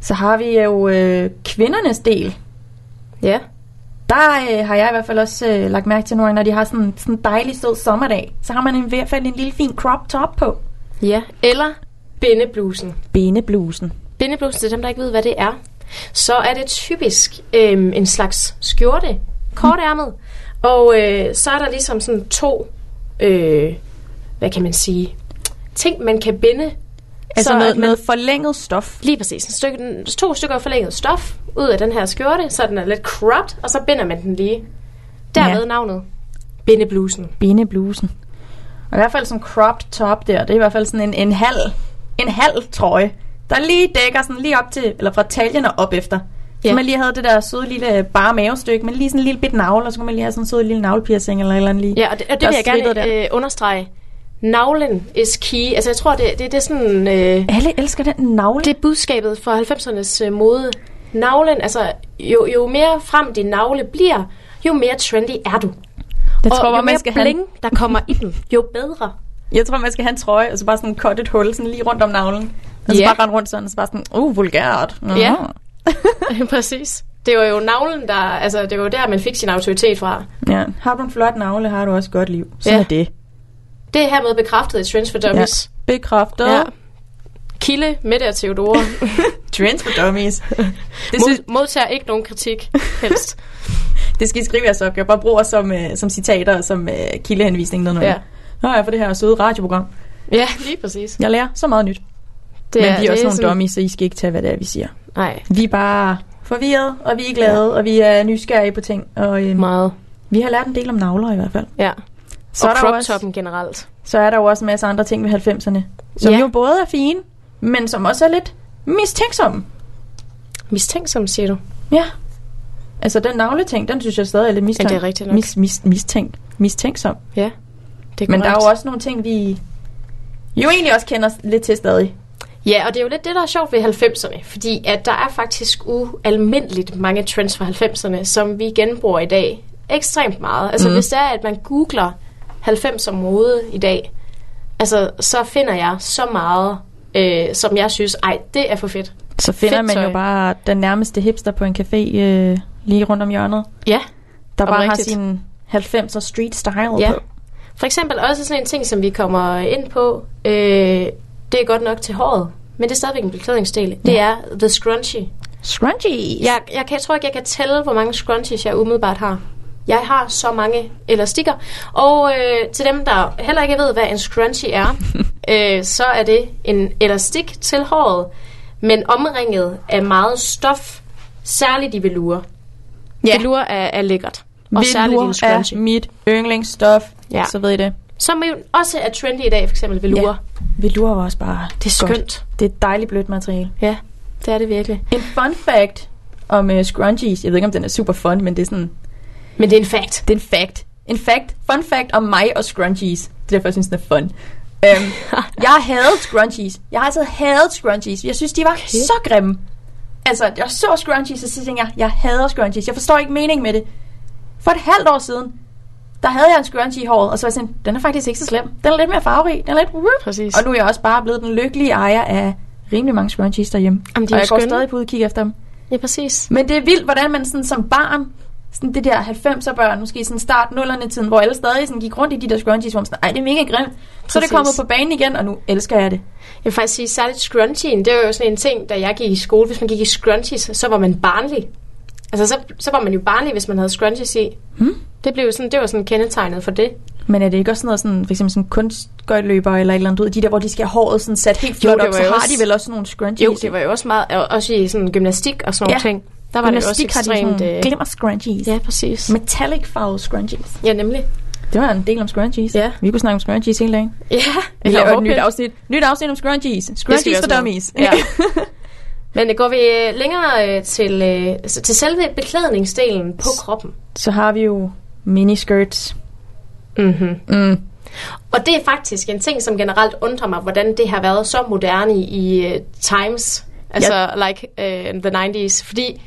Speaker 1: Så har vi jo øh, kvindernes del.
Speaker 2: Ja.
Speaker 1: Der øh, har jeg i hvert fald også øh, lagt mærke til nogle gange, når de har sådan sådan en dejlig sød sommerdag, så har man i hvert fald en lille fin crop top på.
Speaker 2: Ja. Eller bindeblusen.
Speaker 1: Beneblusen.
Speaker 2: Bindeblusen, til dem, der ikke ved, hvad det er, så er det typisk øhm, en slags skjorte, kortærmet, og øh, så er der ligesom sådan to, øh, hvad kan man sige, ting, man kan binde.
Speaker 1: Altså
Speaker 2: så
Speaker 1: noget,
Speaker 2: at man,
Speaker 1: noget forlænget stof.
Speaker 2: Lige præcis. En stykke, to stykker forlænget stof ud af den her skjorte, så den er lidt cropped, og så binder man den lige. Derved ja.
Speaker 1: Ja.
Speaker 2: navnet. Bindeblusen.
Speaker 1: Beneblusen. Og i hvert fald sådan en cropped top der, det er i hvert fald sådan en, en halv, en halv trøje, der lige dækker sådan lige op til, eller fra taljen og op efter.
Speaker 2: Ja.
Speaker 1: Så man lige havde det der søde lille øh, bare mavestykke, men lige sådan en lille bit navle, og så kunne man lige have sådan en sød lille navlepiercing eller et eller andet lige.
Speaker 2: Ja, og det, og det
Speaker 1: der
Speaker 2: vil jeg
Speaker 1: strittede
Speaker 2: gerne øh, understrege. Navlen is key. Altså, jeg tror, det, det, det er sådan... Øh,
Speaker 1: Alle elsker den navle.
Speaker 2: Det er budskabet fra 90'ernes øh, mode. Navlen, altså jo, jo mere frem din navle bliver, jo mere trendy er du.
Speaker 1: jeg
Speaker 2: og jo
Speaker 1: bare,
Speaker 2: mere bling, der kommer i den, jo bedre.
Speaker 1: Jeg tror, man skal have en trøje, og så bare sådan cut et hul sådan lige rundt om navlen. Og så
Speaker 2: Ja.
Speaker 1: bare rende rundt sådan, og så bare sådan, uh, vulgært. Nå.
Speaker 2: Ja. Præcis. Det var jo navlen, der, altså, det var jo der, man fik sin autoritet fra.
Speaker 1: ja. Har du en flot navle, har du også et godt liv. Sådan
Speaker 2: Ja.
Speaker 1: ja. er det.
Speaker 2: Det er hermed bekræftet i Trends for Dummies.
Speaker 1: Bekræftet. Ja.
Speaker 2: Kilde, Mette og Theodora
Speaker 1: Trends for dummies. Det, synes,
Speaker 2: mod, modtager ikke nogen kritik helst.
Speaker 1: det skal I skrive jeres opgave. Bare brug os som, øh, som citater og som øh, kildehenvisning. Noget
Speaker 2: Ja.
Speaker 1: ja. Nå ja, for det her søde radioprogram.
Speaker 2: Ja, lige præcis.
Speaker 1: Jeg lærer så meget nyt.
Speaker 2: Det
Speaker 1: Men vi er også
Speaker 2: det
Speaker 1: nogle
Speaker 2: sådan-
Speaker 1: dummies, så I skal ikke tage, hvad det er, vi siger.
Speaker 2: Nej,
Speaker 1: Vi er bare forvirret, og vi er glade, ja. og vi er nysgerrige på ting. Og, øh,
Speaker 2: meget.
Speaker 1: Vi har lært en del om navler i hvert fald.
Speaker 2: Ja.
Speaker 1: Så,
Speaker 2: og
Speaker 1: er, der jo
Speaker 2: crop
Speaker 1: også,
Speaker 2: toppen generelt.
Speaker 1: så er der jo også en masse andre ting ved 90'erne, som
Speaker 2: Ja.
Speaker 1: jo både er fine, men som også er lidt mistænksomme.
Speaker 2: Mistænksom, siger du.
Speaker 1: Ja. Altså den navleting, den synes jeg stadig er lidt mistænkt.
Speaker 2: Ja, det er rigtigt nok.
Speaker 1: Mis, mis, mistænkt. Mistænksom.
Speaker 2: Ja, det er
Speaker 1: Men der er
Speaker 2: korrekt.
Speaker 1: jo også nogle ting, vi jo egentlig også kender lidt til stadig.
Speaker 2: Ja, og det er jo lidt det, der er sjovt ved 90'erne, fordi at der er faktisk ualmindeligt mange trends fra 90'erne, som vi genbruger i dag ekstremt meget. Altså
Speaker 1: Mm.
Speaker 2: mm. hvis det er, at man googler 90'er mode i dag, altså så finder jeg så meget, øh, som jeg synes, ej, det er for fedt.
Speaker 1: Så finder
Speaker 2: Fedt
Speaker 1: man
Speaker 2: tøj.
Speaker 1: jo bare den nærmeste hipster på en café øh, lige rundt om hjørnet,
Speaker 2: Ja,
Speaker 1: der bare har
Speaker 2: Oprigtigt.
Speaker 1: sin 90'er street style
Speaker 2: ja.
Speaker 1: på.
Speaker 2: For eksempel også sådan en ting, som vi kommer ind på, øh, det er godt nok til håret, men det er stadigvæk en beklædningsdel. Det
Speaker 1: Ja.
Speaker 2: er The Scrunchie.
Speaker 1: Scrunchies.
Speaker 2: Jeg, jeg, kan, jeg tror ikke, jeg kan tælle, hvor mange scrunchies jeg umiddelbart har. Jeg har så mange elastikker. Og øh, til dem, der heller ikke ved, hvad en scrunchie er, øh, så er det en elastik til håret, men omringet af meget stof, særligt i velure.
Speaker 1: Ja.
Speaker 2: Velur er, er lækkert. Og særligt i en
Speaker 1: Velour er
Speaker 2: scrunchie.
Speaker 1: mit yndlingsstof, ja.
Speaker 2: Ja.
Speaker 1: så ved I det.
Speaker 2: Som jo også er trendy i dag, for eksempel velure.
Speaker 1: Ja. Velour var også bare
Speaker 2: Det er
Speaker 1: godt.
Speaker 2: skønt.
Speaker 1: Det er et dejligt blødt materiale.
Speaker 2: Ja, det er det virkelig.
Speaker 1: En fun fact om uh, scrunchies, jeg ved ikke, om den er super fun, men det er sådan,
Speaker 2: Men det er en fact.
Speaker 1: det er en fact. En fact, fun fact om mig og scrunchies. Det er derfor, jeg synes, den er fun. Um, jeg har hadet scrunchies. Jeg har altid hadet scrunchies. Jeg synes, de var okay. så grimme. Altså, jeg så scrunchies, og så tænkte jeg, jeg hader scrunchies. Jeg forstår ikke meningen med det. For et halvt år siden, der havde jeg en scrunchie i håret, og så var jeg sådan, den er faktisk ikke så slem. Den er lidt mere farverig. Den er lidt...
Speaker 2: Præcis.
Speaker 1: Og nu er jeg også bare blevet den lykkelige ejer af rimelig mange scrunchies derhjemme.
Speaker 2: Jamen, de er
Speaker 1: og
Speaker 2: jo
Speaker 1: jeg går
Speaker 2: skønne.
Speaker 1: stadig på udkig efter dem.
Speaker 2: Ja, præcis.
Speaker 1: Men det er vildt, hvordan man sådan som barn, sådan det der 90'er børn, måske sådan start 0'erne tiden, hvor alle stadig sådan gik rundt i de der scrunchies, hvor man sådan, ej, det er mega grimt. Så er det
Speaker 2: Præcis.
Speaker 1: kommet på banen igen, og nu elsker jeg det.
Speaker 2: Jeg vil faktisk sige, særligt scrunchien, det var jo sådan en ting, da jeg gik i skole. Hvis man gik i scrunchies, så var man barnlig. Altså, så, så var man jo barnlig, hvis man havde scrunchies i.
Speaker 1: Hmm.
Speaker 2: Det, blev jo sådan, det var sådan kendetegnet for det.
Speaker 1: Men er det ikke også sådan noget, sådan, for eksempel sådan kunstgøjtløber eller et eller andet, du ved, de der, hvor de skal have håret sådan sat helt flot
Speaker 2: det
Speaker 1: op,
Speaker 2: var
Speaker 1: så
Speaker 2: jo
Speaker 1: har
Speaker 2: også-
Speaker 1: de vel også sådan nogle scrunchies?
Speaker 2: Jo, det var jo også meget, og også i sådan gymnastik og sådan
Speaker 1: Ja.
Speaker 2: nogle ting. Der var det jo også ekstremt...
Speaker 1: sådan
Speaker 2: øh,
Speaker 1: glimmer scrunchies.
Speaker 2: ja, præcis.
Speaker 1: Metallic farvede scrunchies.
Speaker 2: Ja, nemlig.
Speaker 1: Det var en del om scrunchies.
Speaker 2: Ja.
Speaker 1: Vi kunne snakke om scrunchies hele dagen.
Speaker 2: Ja,
Speaker 1: Vi
Speaker 2: eller
Speaker 1: laver et
Speaker 2: hårpind.
Speaker 1: nyt afsnit. Nyt afsnit om scrunchies.
Speaker 2: Det skal vi
Speaker 1: Scrunchies for
Speaker 2: også nå.
Speaker 1: dummies.
Speaker 2: Ja. Men øh, går vi øh, længere øh, til, øh, altså til selve beklædningsdelen på kroppen.
Speaker 1: så har vi jo miniskirts.
Speaker 2: Mm-hmm.
Speaker 1: Mm.
Speaker 2: Og det er faktisk en ting, som generelt undrer mig, hvordan det har været så moderne i uh, Times, altså ja. like uh, the 90s, fordi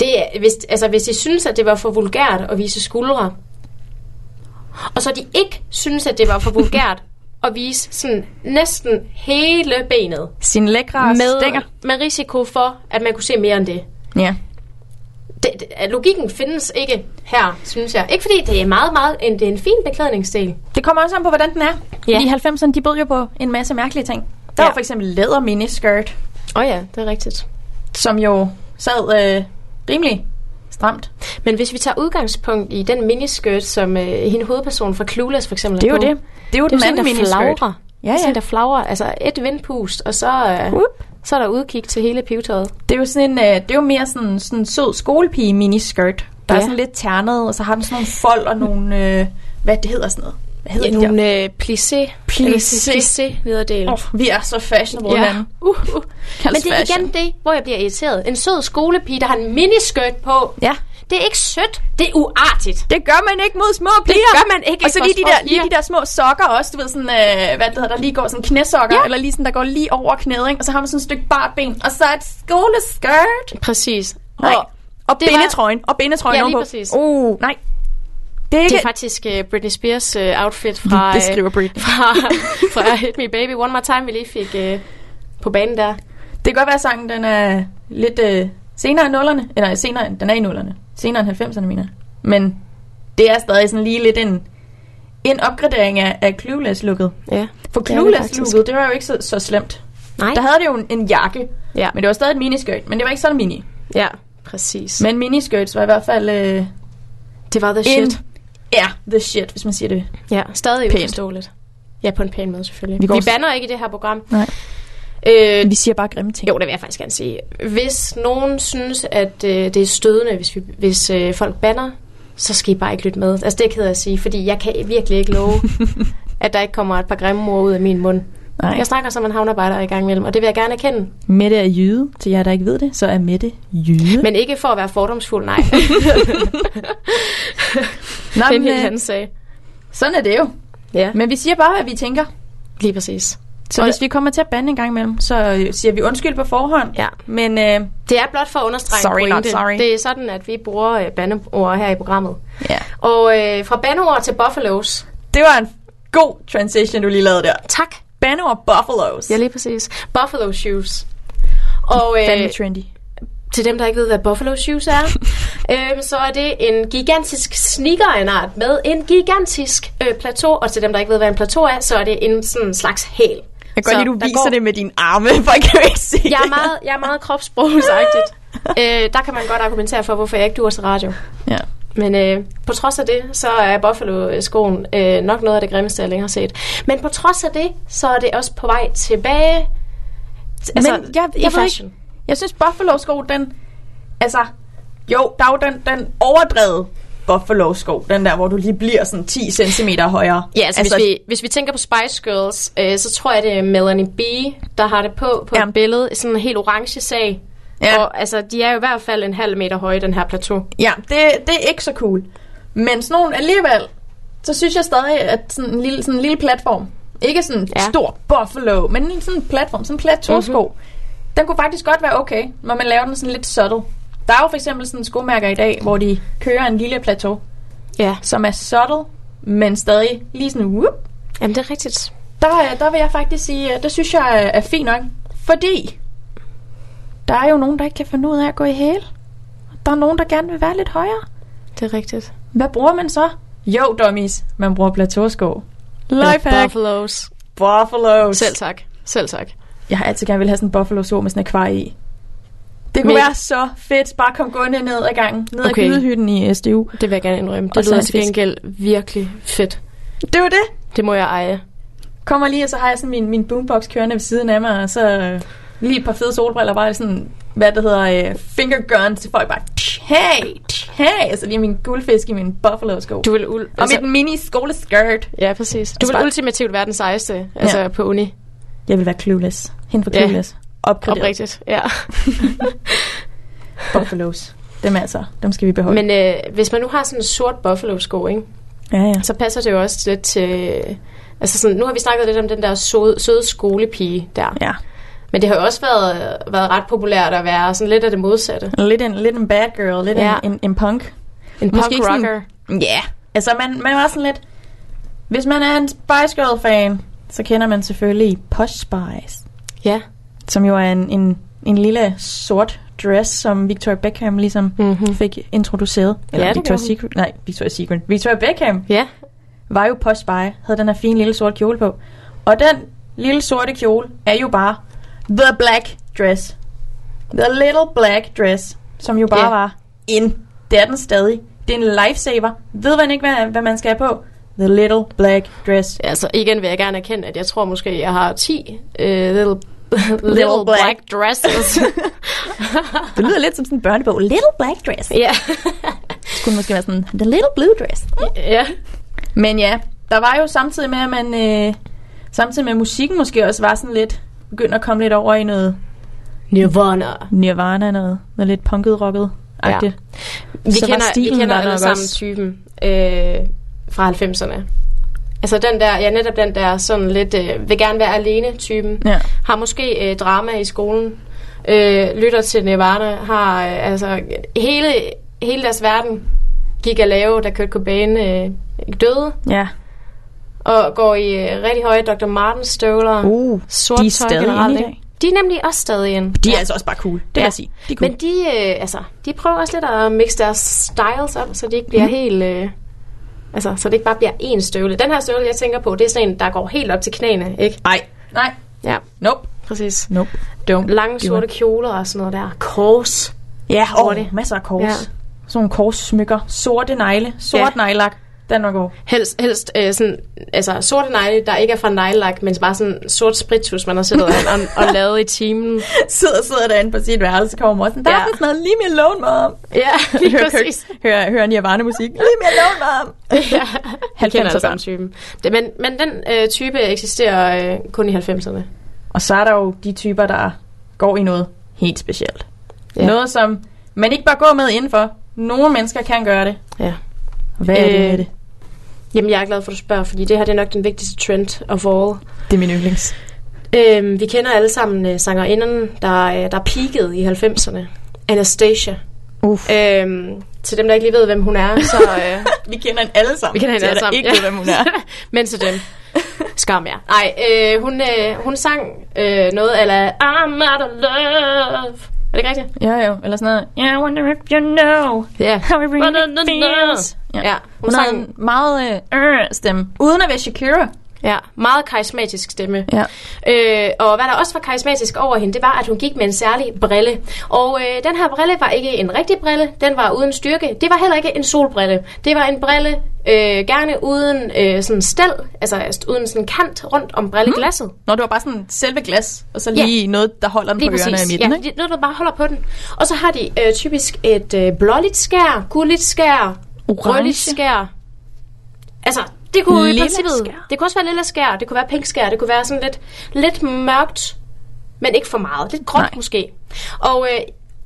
Speaker 2: det, er- hvis, altså, hvis de synes, at det var for vulgært at vise skuldre, og så de ikke synes, at det var for vulgært at vise sådan næsten hele benet
Speaker 1: Sin lækre
Speaker 2: med,
Speaker 1: stænger.
Speaker 2: med risiko for, at man kunne se mere end det.
Speaker 1: Ja.
Speaker 2: det, det at logikken findes ikke her, synes jeg. Ikke fordi det er meget, meget en, det er en fin beklædningsdel.
Speaker 1: Det kommer også an på, hvordan den er.
Speaker 2: Ja.
Speaker 1: Ja. I 90'erne, de bød jo på en masse mærkelige ting. Der
Speaker 2: Ja.
Speaker 1: var for eksempel læder miniskirt,
Speaker 2: Åh oh ja, det er rigtigt.
Speaker 1: som jo sad øh, rimelig stramt.
Speaker 2: Men hvis vi tager udgangspunkt i den miniskirt, som øh, hende hovedpersonen fra Clueless for eksempel
Speaker 1: Det er jo
Speaker 2: har på,
Speaker 1: det. Det er jo
Speaker 2: Det er jo
Speaker 1: den
Speaker 2: sådan,
Speaker 1: anden
Speaker 2: en, der
Speaker 1: miniskirt.
Speaker 2: flagrer.
Speaker 1: Ja,
Speaker 2: Sådan en,
Speaker 1: ja. Uh.
Speaker 2: der flagrer. Altså et vindpust, og så, øh,
Speaker 1: Whoop.
Speaker 2: så er der udkig til hele pivetøjet.
Speaker 1: Det er jo sådan en, øh, det er jo mere sådan sådan en sød skolepige miniskirt. Der ja. er
Speaker 2: Ja.
Speaker 1: sådan lidt ternet, og så har den sådan nogle fold og nogle, øh, hvad det hedder sådan noget. Hvad hedder
Speaker 2: Ja,
Speaker 1: ja, det der?
Speaker 2: nogle øh, plissé.
Speaker 1: Plissé.
Speaker 2: plissé nederdel.
Speaker 1: Oh, vi er så fashionable ja.
Speaker 2: ja.
Speaker 1: herinde.
Speaker 2: Uh, uh. Men det er
Speaker 1: fashion.
Speaker 2: igen det, hvor jeg bliver irriteret. En sød skolepige, der har en miniskirt på.
Speaker 1: Ja.
Speaker 2: Det er ikke sødt. Det er uartigt.
Speaker 1: Det gør man ikke mod små piger.
Speaker 2: gør man ikke
Speaker 1: Og så
Speaker 2: for
Speaker 1: lige de,
Speaker 2: små
Speaker 1: der, lige
Speaker 2: piger.
Speaker 1: de der små sokker også, du ved sådan, øh, hvad det hedder, der lige går sådan knæsokker, ja.
Speaker 2: Ja.
Speaker 1: eller lige sådan, der går lige over knæet, ikke? og så har man sådan et stykke bart ben, og så et skoleskirt.
Speaker 2: Præcis.
Speaker 1: Nej.
Speaker 2: Og
Speaker 1: Og
Speaker 2: Det var-
Speaker 1: bindetrøjen, og bindetrøjen
Speaker 2: Ja, lige
Speaker 1: ovenpå.
Speaker 2: præcis.
Speaker 1: Uh, nej. Det er ikke...
Speaker 2: Det er faktisk uh, Britney Spears uh, outfit fra,
Speaker 1: det skriver Britney.
Speaker 2: fra, fra Hit Me Baby One More Time, vi lige fik uh, på banen der.
Speaker 1: Det kan godt være, at sangen den er lidt øh, senere end nullerne. Eller senere, end- den er i nullerne. Senere end 90'erne, mener jeg. Men det er stadig sådan lige lidt en, en opgradering af, af Clueless-looket.
Speaker 2: Ja.
Speaker 1: For
Speaker 2: Det er det faktisk.
Speaker 1: Clueless-looket, det var jo ikke så, så slemt.
Speaker 2: Nej.
Speaker 1: Der havde det jo en, en jakke,
Speaker 2: Ja.
Speaker 1: Men det var stadig et miniskøjt, men det var ikke sådan mini.
Speaker 2: ja, præcis.
Speaker 1: Men miniskøjts var i hvert fald øh,
Speaker 2: det var the
Speaker 1: in,
Speaker 2: shit.
Speaker 1: ja, the shit, hvis man siger det.
Speaker 2: Ja, stadig
Speaker 1: Pænt.
Speaker 2: uforståeligt. Ja, på en pæn måde selvfølgelig.
Speaker 1: Vi
Speaker 2: Vi,
Speaker 1: går-
Speaker 2: vi banner ikke i det her program.
Speaker 1: Nej.
Speaker 2: Øh,
Speaker 1: Vi siger bare grimme ting.
Speaker 2: jo, det vil jeg faktisk gerne sige. Hvis nogen synes, at øh, det er stødende, hvis, vi, hvis øh, folk banner så skal I bare ikke lytte med. Altså det er jeg ked af at sige, fordi jeg kan virkelig ikke love, at der ikke kommer et par grimme ord ud af min mund.
Speaker 1: Nej.
Speaker 2: Jeg snakker som en havnearbejder i gang imellem, og det vil jeg gerne erkende.
Speaker 1: Mette er jyde. Til jer, der ikke ved det, så er Mette jyde.
Speaker 2: Men ikke for at være fordomsfuld, nej.
Speaker 1: Nå,
Speaker 2: det er en
Speaker 1: men, øh,
Speaker 2: helt anden sag.
Speaker 1: sådan er det jo.
Speaker 2: Ja,
Speaker 1: Men vi siger bare, at vi tænker.
Speaker 2: lige præcis.
Speaker 1: Så
Speaker 2: Og-
Speaker 1: hvis vi kommer til at bande en gang imellem, så øh, siger vi undskyld på forhånd.
Speaker 2: Ja.
Speaker 1: Men øh,
Speaker 2: Det er blot for at understrege
Speaker 1: Sorry,
Speaker 2: en
Speaker 1: not
Speaker 2: pointe.
Speaker 1: sorry.
Speaker 2: Det er sådan, at vi bruger øh, bandeord her i programmet.
Speaker 1: ja.
Speaker 2: Og øh, fra bandeord til buffaloes.
Speaker 1: det var en god transition, du lige lavede der.
Speaker 2: Tak.
Speaker 1: Banner og Buffaloes.
Speaker 2: Ja, lige præcis. Buffalo shoes. Og
Speaker 1: Fandme
Speaker 2: øh,
Speaker 1: trendy.
Speaker 2: til dem, der ikke ved, hvad buffalo shoes er, øh, så er det en gigantisk sneaker af en art med en gigantisk øh, plateau. Og til dem, der ikke ved, hvad en plateau er, så er det en sådan slags hæl.
Speaker 1: Jeg kan godt
Speaker 2: Så
Speaker 1: lide, du
Speaker 2: der
Speaker 1: viser
Speaker 2: går-
Speaker 1: det med dine arme, for jeg kan jo ikke se
Speaker 2: Jeg er
Speaker 1: det.
Speaker 2: meget, jeg er meget kropssprogsagtigt. øh, der kan man godt argumentere for, hvorfor jeg ikke duer til radio.
Speaker 1: Ja.
Speaker 2: Men øh, på trods af det, så er Buffalo-skoen øh, nok noget af det grimmeste, jeg længe har set. Men på trods af det, så er det også på vej tilbage.
Speaker 1: Men jeg-
Speaker 2: i
Speaker 1: jeg ved
Speaker 2: fashion.
Speaker 1: Jeg synes, Buffalo-sko, den... Altså, jo, der er jo den, den overdrevet Buffalo-sko. Den der, hvor du lige bliver sådan 10 cm højere.
Speaker 2: Ja, altså, altså hvis, vi, hvis vi tænker på Spice Girls, øh, så tror jeg, det er Melanie B., der har det på på
Speaker 1: Jamen.
Speaker 2: et billede. Sådan en helt orange sag.
Speaker 1: Ja.
Speaker 2: Og altså, de er jo i hvert fald en halv meter høje, den her plateau.
Speaker 1: Ja, det, det er ikke så cool. Men sådan nogle alligevel, så synes jeg stadig, at sådan en lille, sådan en lille platform, ikke sådan en ja.
Speaker 2: Ja. Mhm.
Speaker 1: stor buffalo, men en sådan en platform, sådan en plateausko, mm-hmm. den kunne faktisk godt være okay, når man laver den sådan lidt subtle. Der er jo for eksempel sådan skomærker i dag, hvor de kører en lille plateau,
Speaker 2: Ja,
Speaker 1: som er subtle, men stadig lige sådan, whoop,
Speaker 2: jamen det er rigtigt.
Speaker 1: der, øh, der vil jeg faktisk sige, at det synes jeg øh, er- er fint nok. Fordi der er jo nogen, der ikke kan finde ud af at gå i hæl. Der er nogen, der gerne vil være lidt højere.
Speaker 2: Det er rigtigt.
Speaker 1: Hvad bruger man så? Jo, dummies. Man bruger plateausko.
Speaker 2: Buffaloes.
Speaker 1: Buffalo.
Speaker 2: Selv tak. Selv tak.
Speaker 1: Jeg har altid gerne vil have sådan en buffalo sko med sådan en akvarie i. Det kunne
Speaker 2: Men-
Speaker 1: være så fedt. Bare kom gående ned ad gangen. Ned okay.
Speaker 2: Okay.
Speaker 1: ad gydehytten i øh, SDU.
Speaker 2: Det vil jeg gerne indrømme.
Speaker 1: Og
Speaker 2: Det
Speaker 1: så
Speaker 2: lyder
Speaker 1: en
Speaker 2: til
Speaker 1: fisk.
Speaker 2: gengæld virkelig fedt.
Speaker 1: Det var det.
Speaker 2: Det må jeg eje.
Speaker 1: Kommer lige, og så har jeg sådan min, min boombox kørende ved siden af mig. Og så øh, lige et par fede solbriller. Bare sådan, hvad det hedder, øh, finger guns. Så folk bare, tch, hey, tch, hey. Og så lige min guldfisk i min buffalo sko.
Speaker 2: Du vil ul- altså-
Speaker 1: Og mit mini skoleskirt.
Speaker 2: ja, præcis. Du vil
Speaker 1: Spar-
Speaker 2: ultimativt være den sejeste, altså på uni.
Speaker 1: Jeg vil være clueless. Hen for
Speaker 2: Ja.
Speaker 1: clueless. Opgraderet.
Speaker 2: Oprigtigt, ja.
Speaker 1: Buffaloes. Dem altså, dem skal vi beholde.
Speaker 2: Men øh, hvis man nu har sådan en sort buffalo-sko, ikke,
Speaker 1: ja, ja.
Speaker 2: så passer det jo også lidt til... Altså sådan, nu har vi snakket lidt om den der søde, søde skolepige der.
Speaker 1: ja.
Speaker 2: Men det har jo også været, været ret populært at være sådan lidt af det modsatte.
Speaker 1: Lidt en, lidt en bad girl, lidt ja.
Speaker 2: Ja.
Speaker 1: en, en, en punk.
Speaker 2: En
Speaker 1: Måske
Speaker 2: punk
Speaker 1: ikke sådan-
Speaker 2: rocker.
Speaker 1: Ja. Yeah. Altså, man, man var sådan lidt... Hvis man er en Spice Girl-fan, så kender man selvfølgelig Posh Spice,
Speaker 2: Ja.
Speaker 1: som jo er en, en, en lille sort dress, som Victoria Beckham ligesom
Speaker 2: Mhm.
Speaker 1: fik introduceret. Eller
Speaker 2: det
Speaker 1: Victoria
Speaker 2: gjorde hun.
Speaker 1: Secret. Nej, Victoria Secret. Victoria Beckham
Speaker 2: Ja.
Speaker 1: var jo Posh Spy, havde den her fine lille sorte kjole på. Og den lille sorte kjole er jo bare The Black Dress. The Little Black Dress, som jo bare
Speaker 2: Ja.
Speaker 1: yeah. var in. Det er den stadig. Det er en lifesaver. Ved man ikke, hvad, hvad man skal have på? The Little Black Dress.
Speaker 2: Altså igen vil jeg gerne erkende, at jeg tror måske, jeg har 10 uh, little, little,
Speaker 1: Little
Speaker 2: little
Speaker 1: black.
Speaker 2: black, black dresses.
Speaker 1: Det lyder lidt som sådan en børnebog. Little Black Dress.
Speaker 2: ja.
Speaker 1: Det kunne måske være sådan, The Little Blue Dress.
Speaker 2: ja.
Speaker 1: Men ja, der var jo samtidig med, at man... Øh, samtidig med, at musikken måske også var sådan lidt... Begyndte at komme lidt over i noget
Speaker 2: Nirvana.
Speaker 1: Nirvana noget. Noget lidt punket rocket agtigt ja.
Speaker 2: Vi
Speaker 1: Så var
Speaker 2: kender, vi
Speaker 1: stilen
Speaker 2: kender
Speaker 1: der nok
Speaker 2: alle sammen
Speaker 1: også.
Speaker 2: typen øh, fra 90'erne. Altså den der, ja netop den der sådan lidt, øh, vil gerne være alene typen.
Speaker 1: Ja.
Speaker 2: Har måske øh, drama i skolen. Øh, lytter til Nirvana. Har øh, altså hele, hele deres verden gik at lave, da Kurt Cobain øh, døde.
Speaker 1: Ja.
Speaker 2: Og går i øh, rigtig høje Dr. Martens støvler.
Speaker 1: Uh,
Speaker 2: sort
Speaker 1: de er
Speaker 2: tøj
Speaker 1: stadig
Speaker 2: generelt,
Speaker 1: inde i
Speaker 2: ikke? De er nemlig også stadig inde.
Speaker 1: de er altså også bare cool. Det vil jeg sige. De er cool.
Speaker 2: Men de, øh, altså, de prøver også lidt at mixe deres styles op, så de ikke bliver mm. helt... Øh, altså, så det ikke bare bliver én støvle. Den her støvle, jeg tænker på, det er sådan en, der går helt op til knæene, ikke?
Speaker 1: Nej. Nej.
Speaker 2: Ja,
Speaker 1: Nope.
Speaker 2: præcis.
Speaker 1: Nope. Don't.
Speaker 2: Lange
Speaker 1: do
Speaker 2: sorte
Speaker 1: it.
Speaker 2: kjoler og sådan noget der. Kors.
Speaker 1: Ja,
Speaker 2: over
Speaker 1: og
Speaker 2: det.
Speaker 1: masser af kors. Ja.
Speaker 2: Ja.
Speaker 1: Sådan nogle korssmykker. Sorte negle. Sort ja.
Speaker 2: Ja.
Speaker 1: neglelak. Danmark over.
Speaker 2: Helst, helst øh, sådan, altså, sorte negle, der ikke er fra neglelak, men bare sådan sort spritus, man har siddet og, og, og lavet i timen.
Speaker 1: sidder, sidder derinde på sit værelse, kommer mor sådan, der
Speaker 2: Ja.
Speaker 1: er sådan noget, leave me alone, mom.
Speaker 2: Ja, lige præcis.
Speaker 1: Hører, hører Nirvana-musik, leave me alone, mom.
Speaker 2: ja, han kender
Speaker 1: 90'er
Speaker 2: altså
Speaker 1: børn.
Speaker 2: den type. Det, men, men den øh, type eksisterer øh, kun i 90'erne.
Speaker 1: Og så er der jo de typer, der går i noget helt specielt.
Speaker 2: Ja.
Speaker 1: Ja. Noget, som man ikke bare går med indenfor. Nogle mennesker kan gøre det.
Speaker 2: Ja.
Speaker 1: Og Hvad er det,
Speaker 2: Øh.
Speaker 1: hvad er det?
Speaker 2: Jamen, jeg er glad for, at du spørger, fordi det her det er nok den vigtigste trend of all.
Speaker 1: Det er min yndlings.
Speaker 2: Øhm, vi kender alle sammen øh, sangerinden, der, øh, der peakede i 90'erne. Anastasia.
Speaker 1: Uff.
Speaker 2: Øhm, til dem, der ikke lige ved, hvem hun er, så... Øh,
Speaker 1: Vi kender hende alle sammen.
Speaker 2: Vi kender hende
Speaker 1: til jer,
Speaker 2: alle
Speaker 1: der
Speaker 2: sammen,
Speaker 1: ikke
Speaker 2: ja.
Speaker 1: ved, hvem hun er.
Speaker 2: men til dem. Skam jer. Ej, øh, hun, øh, hun sang øh, noget af I'm out of love. Er det ikke rigtigt?
Speaker 1: Jo, jo. Eller sådan noget. Yeah, I wonder if you know
Speaker 2: Ja.
Speaker 1: how it really feels.
Speaker 2: Ja.
Speaker 1: Ja.
Speaker 2: ja. Hun
Speaker 1: Hun har
Speaker 2: sang
Speaker 1: en meget øh, øh, stemme. Uden at være Shakira.
Speaker 2: ja, meget karismatisk stemme.
Speaker 1: Ja.
Speaker 2: Øh, og hvad der også var karismatisk over hende, det var, at hun gik med en særlig brille. Og øh, den her brille var ikke en rigtig brille, den var uden styrke. Det var heller ikke en solbrille. Det var en brille, øh, gerne uden øh, sådan stel, altså uden sådan kant rundt om brilleglasset. Mm.
Speaker 1: Når det var bare sådan selve glas, og så lige ja. noget, der holder den
Speaker 2: Lige
Speaker 1: på ørerne i
Speaker 2: præcis.
Speaker 1: midten.
Speaker 2: ja,
Speaker 1: ikke?
Speaker 2: det er noget, du bare holder på den. Og så har de øh, typisk et øh, blåligt skær, gulligt skær,
Speaker 1: Orange.
Speaker 2: rødligt skær. Altså, det kunne i
Speaker 1: Lilla
Speaker 2: princippet...
Speaker 1: skær.
Speaker 2: Det kunne også være lilla skær, det kunne være pink skær, det kunne være sådan lidt, lidt mørkt, men ikke for meget. Lidt gråt
Speaker 1: Nej.
Speaker 2: måske. Og øh,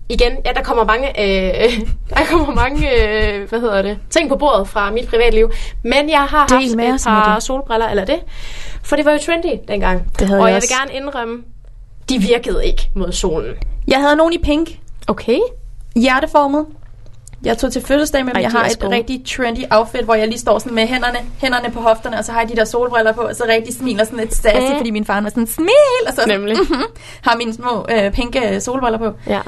Speaker 2: igen, ja, der kommer mange, øh, der kommer mange øh, hvad hedder det, ting på bordet fra mit privatliv. Men jeg har
Speaker 1: Del
Speaker 2: haft
Speaker 1: med
Speaker 2: et
Speaker 1: os,
Speaker 2: par
Speaker 1: Mette.
Speaker 2: solbriller, eller det. For det var jo trendy dengang.
Speaker 1: Det havde
Speaker 2: og
Speaker 1: jeg
Speaker 2: jeg
Speaker 1: også.
Speaker 2: vil gerne indrømme, de virkede ikke mod solen.
Speaker 1: Jeg havde nogen i pink.
Speaker 2: Okay.
Speaker 1: hjerteformet. Jeg tog til fødselsdag med dem.
Speaker 2: Ej,
Speaker 1: Jeg
Speaker 2: de er
Speaker 1: har et
Speaker 2: også gode.
Speaker 1: rigtig trendy outfit, hvor jeg lige står sådan med hænderne, hænderne på hofterne, og så har jeg de der solbriller på, og så rigtig smiler sådan lidt sassy,
Speaker 2: Mm.
Speaker 1: fordi min far var sådan, smil! Og så
Speaker 2: Nemlig.
Speaker 1: har mine små øh, pinke øh, solbriller på.
Speaker 2: Ja,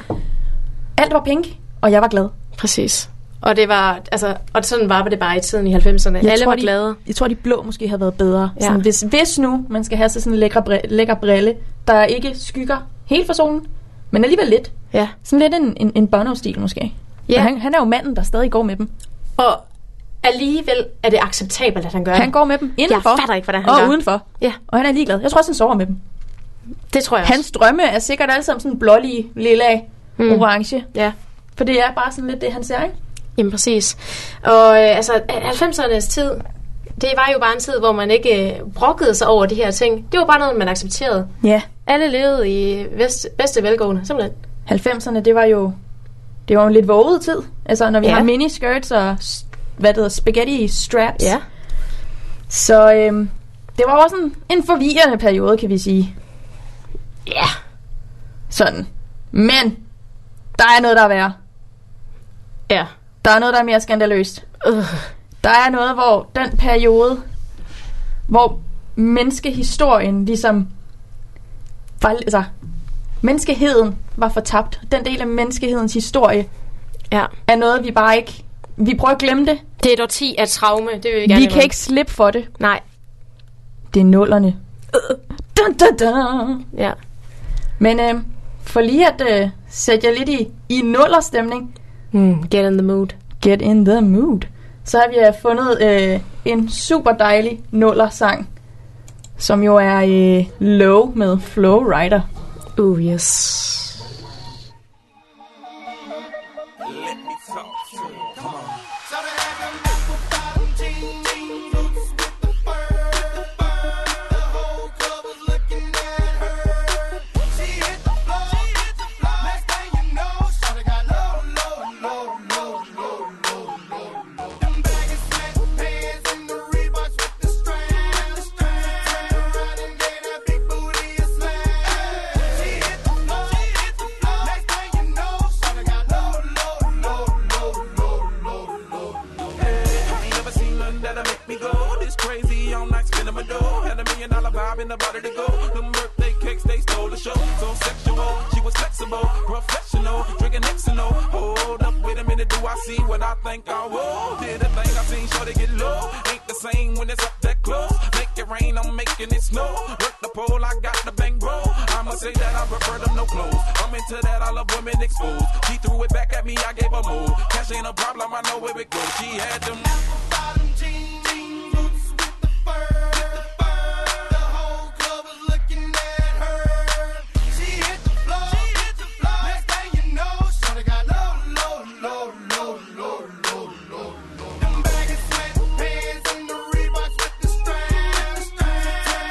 Speaker 1: Alt var pink, og jeg var glad.
Speaker 2: præcis. Og det var, altså, og sådan var det bare i tiden i 90'erne.
Speaker 1: Jeg
Speaker 2: Alle
Speaker 1: tror,
Speaker 2: var
Speaker 1: de-
Speaker 2: glade.
Speaker 1: Jeg tror, de blå måske havde været bedre.
Speaker 2: Ja.
Speaker 1: Ja. Sådan, hvis, hvis nu man skal have sig sådan en lækker, bri- lækker brille, der ikke skygger helt for solen, men alligevel lidt.
Speaker 2: Ja.
Speaker 1: Sådan lidt en, en, en Bono-stil måske.
Speaker 2: Ja.
Speaker 1: Ja. Han, han er jo manden, der stadig går med dem.
Speaker 2: Og alligevel er det acceptabelt, at han gør
Speaker 1: Han
Speaker 2: det.
Speaker 1: går med dem indenfor
Speaker 2: Jeg fatter ikke, hvordan han
Speaker 1: og
Speaker 2: gør.
Speaker 1: udenfor.
Speaker 2: Ja,
Speaker 1: Og han er ligeglad. Jeg tror også, han sover med dem.
Speaker 2: det tror jeg
Speaker 1: Hans drømme er sikkert alle sammen sådan blålige, lilla, mm. orange.
Speaker 2: Ja.
Speaker 1: For det er bare sådan lidt det, han ser, ikke?
Speaker 2: Jamen præcis. Og øh, altså, 90'ernes tid, det var jo bare en tid, hvor man ikke øh, brokkede sig over de her ting. Det var bare noget, man accepterede.
Speaker 1: Ja.
Speaker 2: Alle levede i vest, bedste velgående, simpelthen.
Speaker 1: 90'erne, det var jo det var jo en lidt våget tid. Altså, når vi
Speaker 2: Ja.
Speaker 1: ja. har miniskirts og s- hvad det hedder, spaghetti straps. Så øhm, det var også en, en forvirrende periode, kan vi sige.
Speaker 2: Ja.
Speaker 1: Sådan. Men der er noget, der er værre.
Speaker 2: Ja.
Speaker 1: Der er noget, der er mere skandaløst.
Speaker 2: Øh.
Speaker 1: Der er noget, hvor den periode, hvor menneskehistorien ligesom var, altså, menneskeheden var fortabt. Den del af menneskehedens historie
Speaker 2: ja.
Speaker 1: er noget, vi bare ikke... Vi prøver at glemme det.
Speaker 2: Det er et årti af traume, det vil vi gerne
Speaker 1: Vi
Speaker 2: indrømme.
Speaker 1: kan ikke slippe for det.
Speaker 2: Nej.
Speaker 1: Det er nullerne. Øh, Dun, dun, dun.
Speaker 2: Ja.
Speaker 1: Men øh, for lige at øh, sætte jer lidt i, i nullerstemning,
Speaker 2: Mm, get in the mood.
Speaker 1: get in the mood, så har vi øh, fundet øh, en super dejlig nullersang, som jo er øh, Low med Flow Rider.
Speaker 2: Oh yes.
Speaker 3: Let me talk to you. Come on.
Speaker 5: So they had them apple bottom jeans, boots with the fur, The whole club was looking at her. She hit the floor. Next thing you know, shawty got low, low, low, low, low, low, low, low. Them baggy sweatpants and the Reeboks with the straps. Turned around and gave that big booty a slap. She hit the floor. Next thing you know, shawty got low, low, low, low, low, low, low, low.
Speaker 3: I ain't never seen nothing that'll make me go. This crazy all night spinning my dough. Had a million dollar vibe in the body to go. Them birthday cakes, they stole the show. So sexual, she was flexible, professional, drinking Xanol. Hold up, wait a minute, do I see what I think I will? Did a thing I seen, sure they get low. Ain't the same when it's up that close. Make it rain, I'm making it snow. Work the pole, I got the bankroll. I'm a Some say that I prefer them no clothes. I'm into that, I love women exposed. She threw it back at me, I gave her more. Cash ain't a problem, I know where it goes. She had them.
Speaker 5: Bottom jean, jean boots with the fur, the fur. The whole club was looking at her. She hit the floor, she hit the floor. Next thing you know, shorty got low, low, low, low, low, low, low, low. Them baggy sweatpants and the Reeboks with the straps. Turn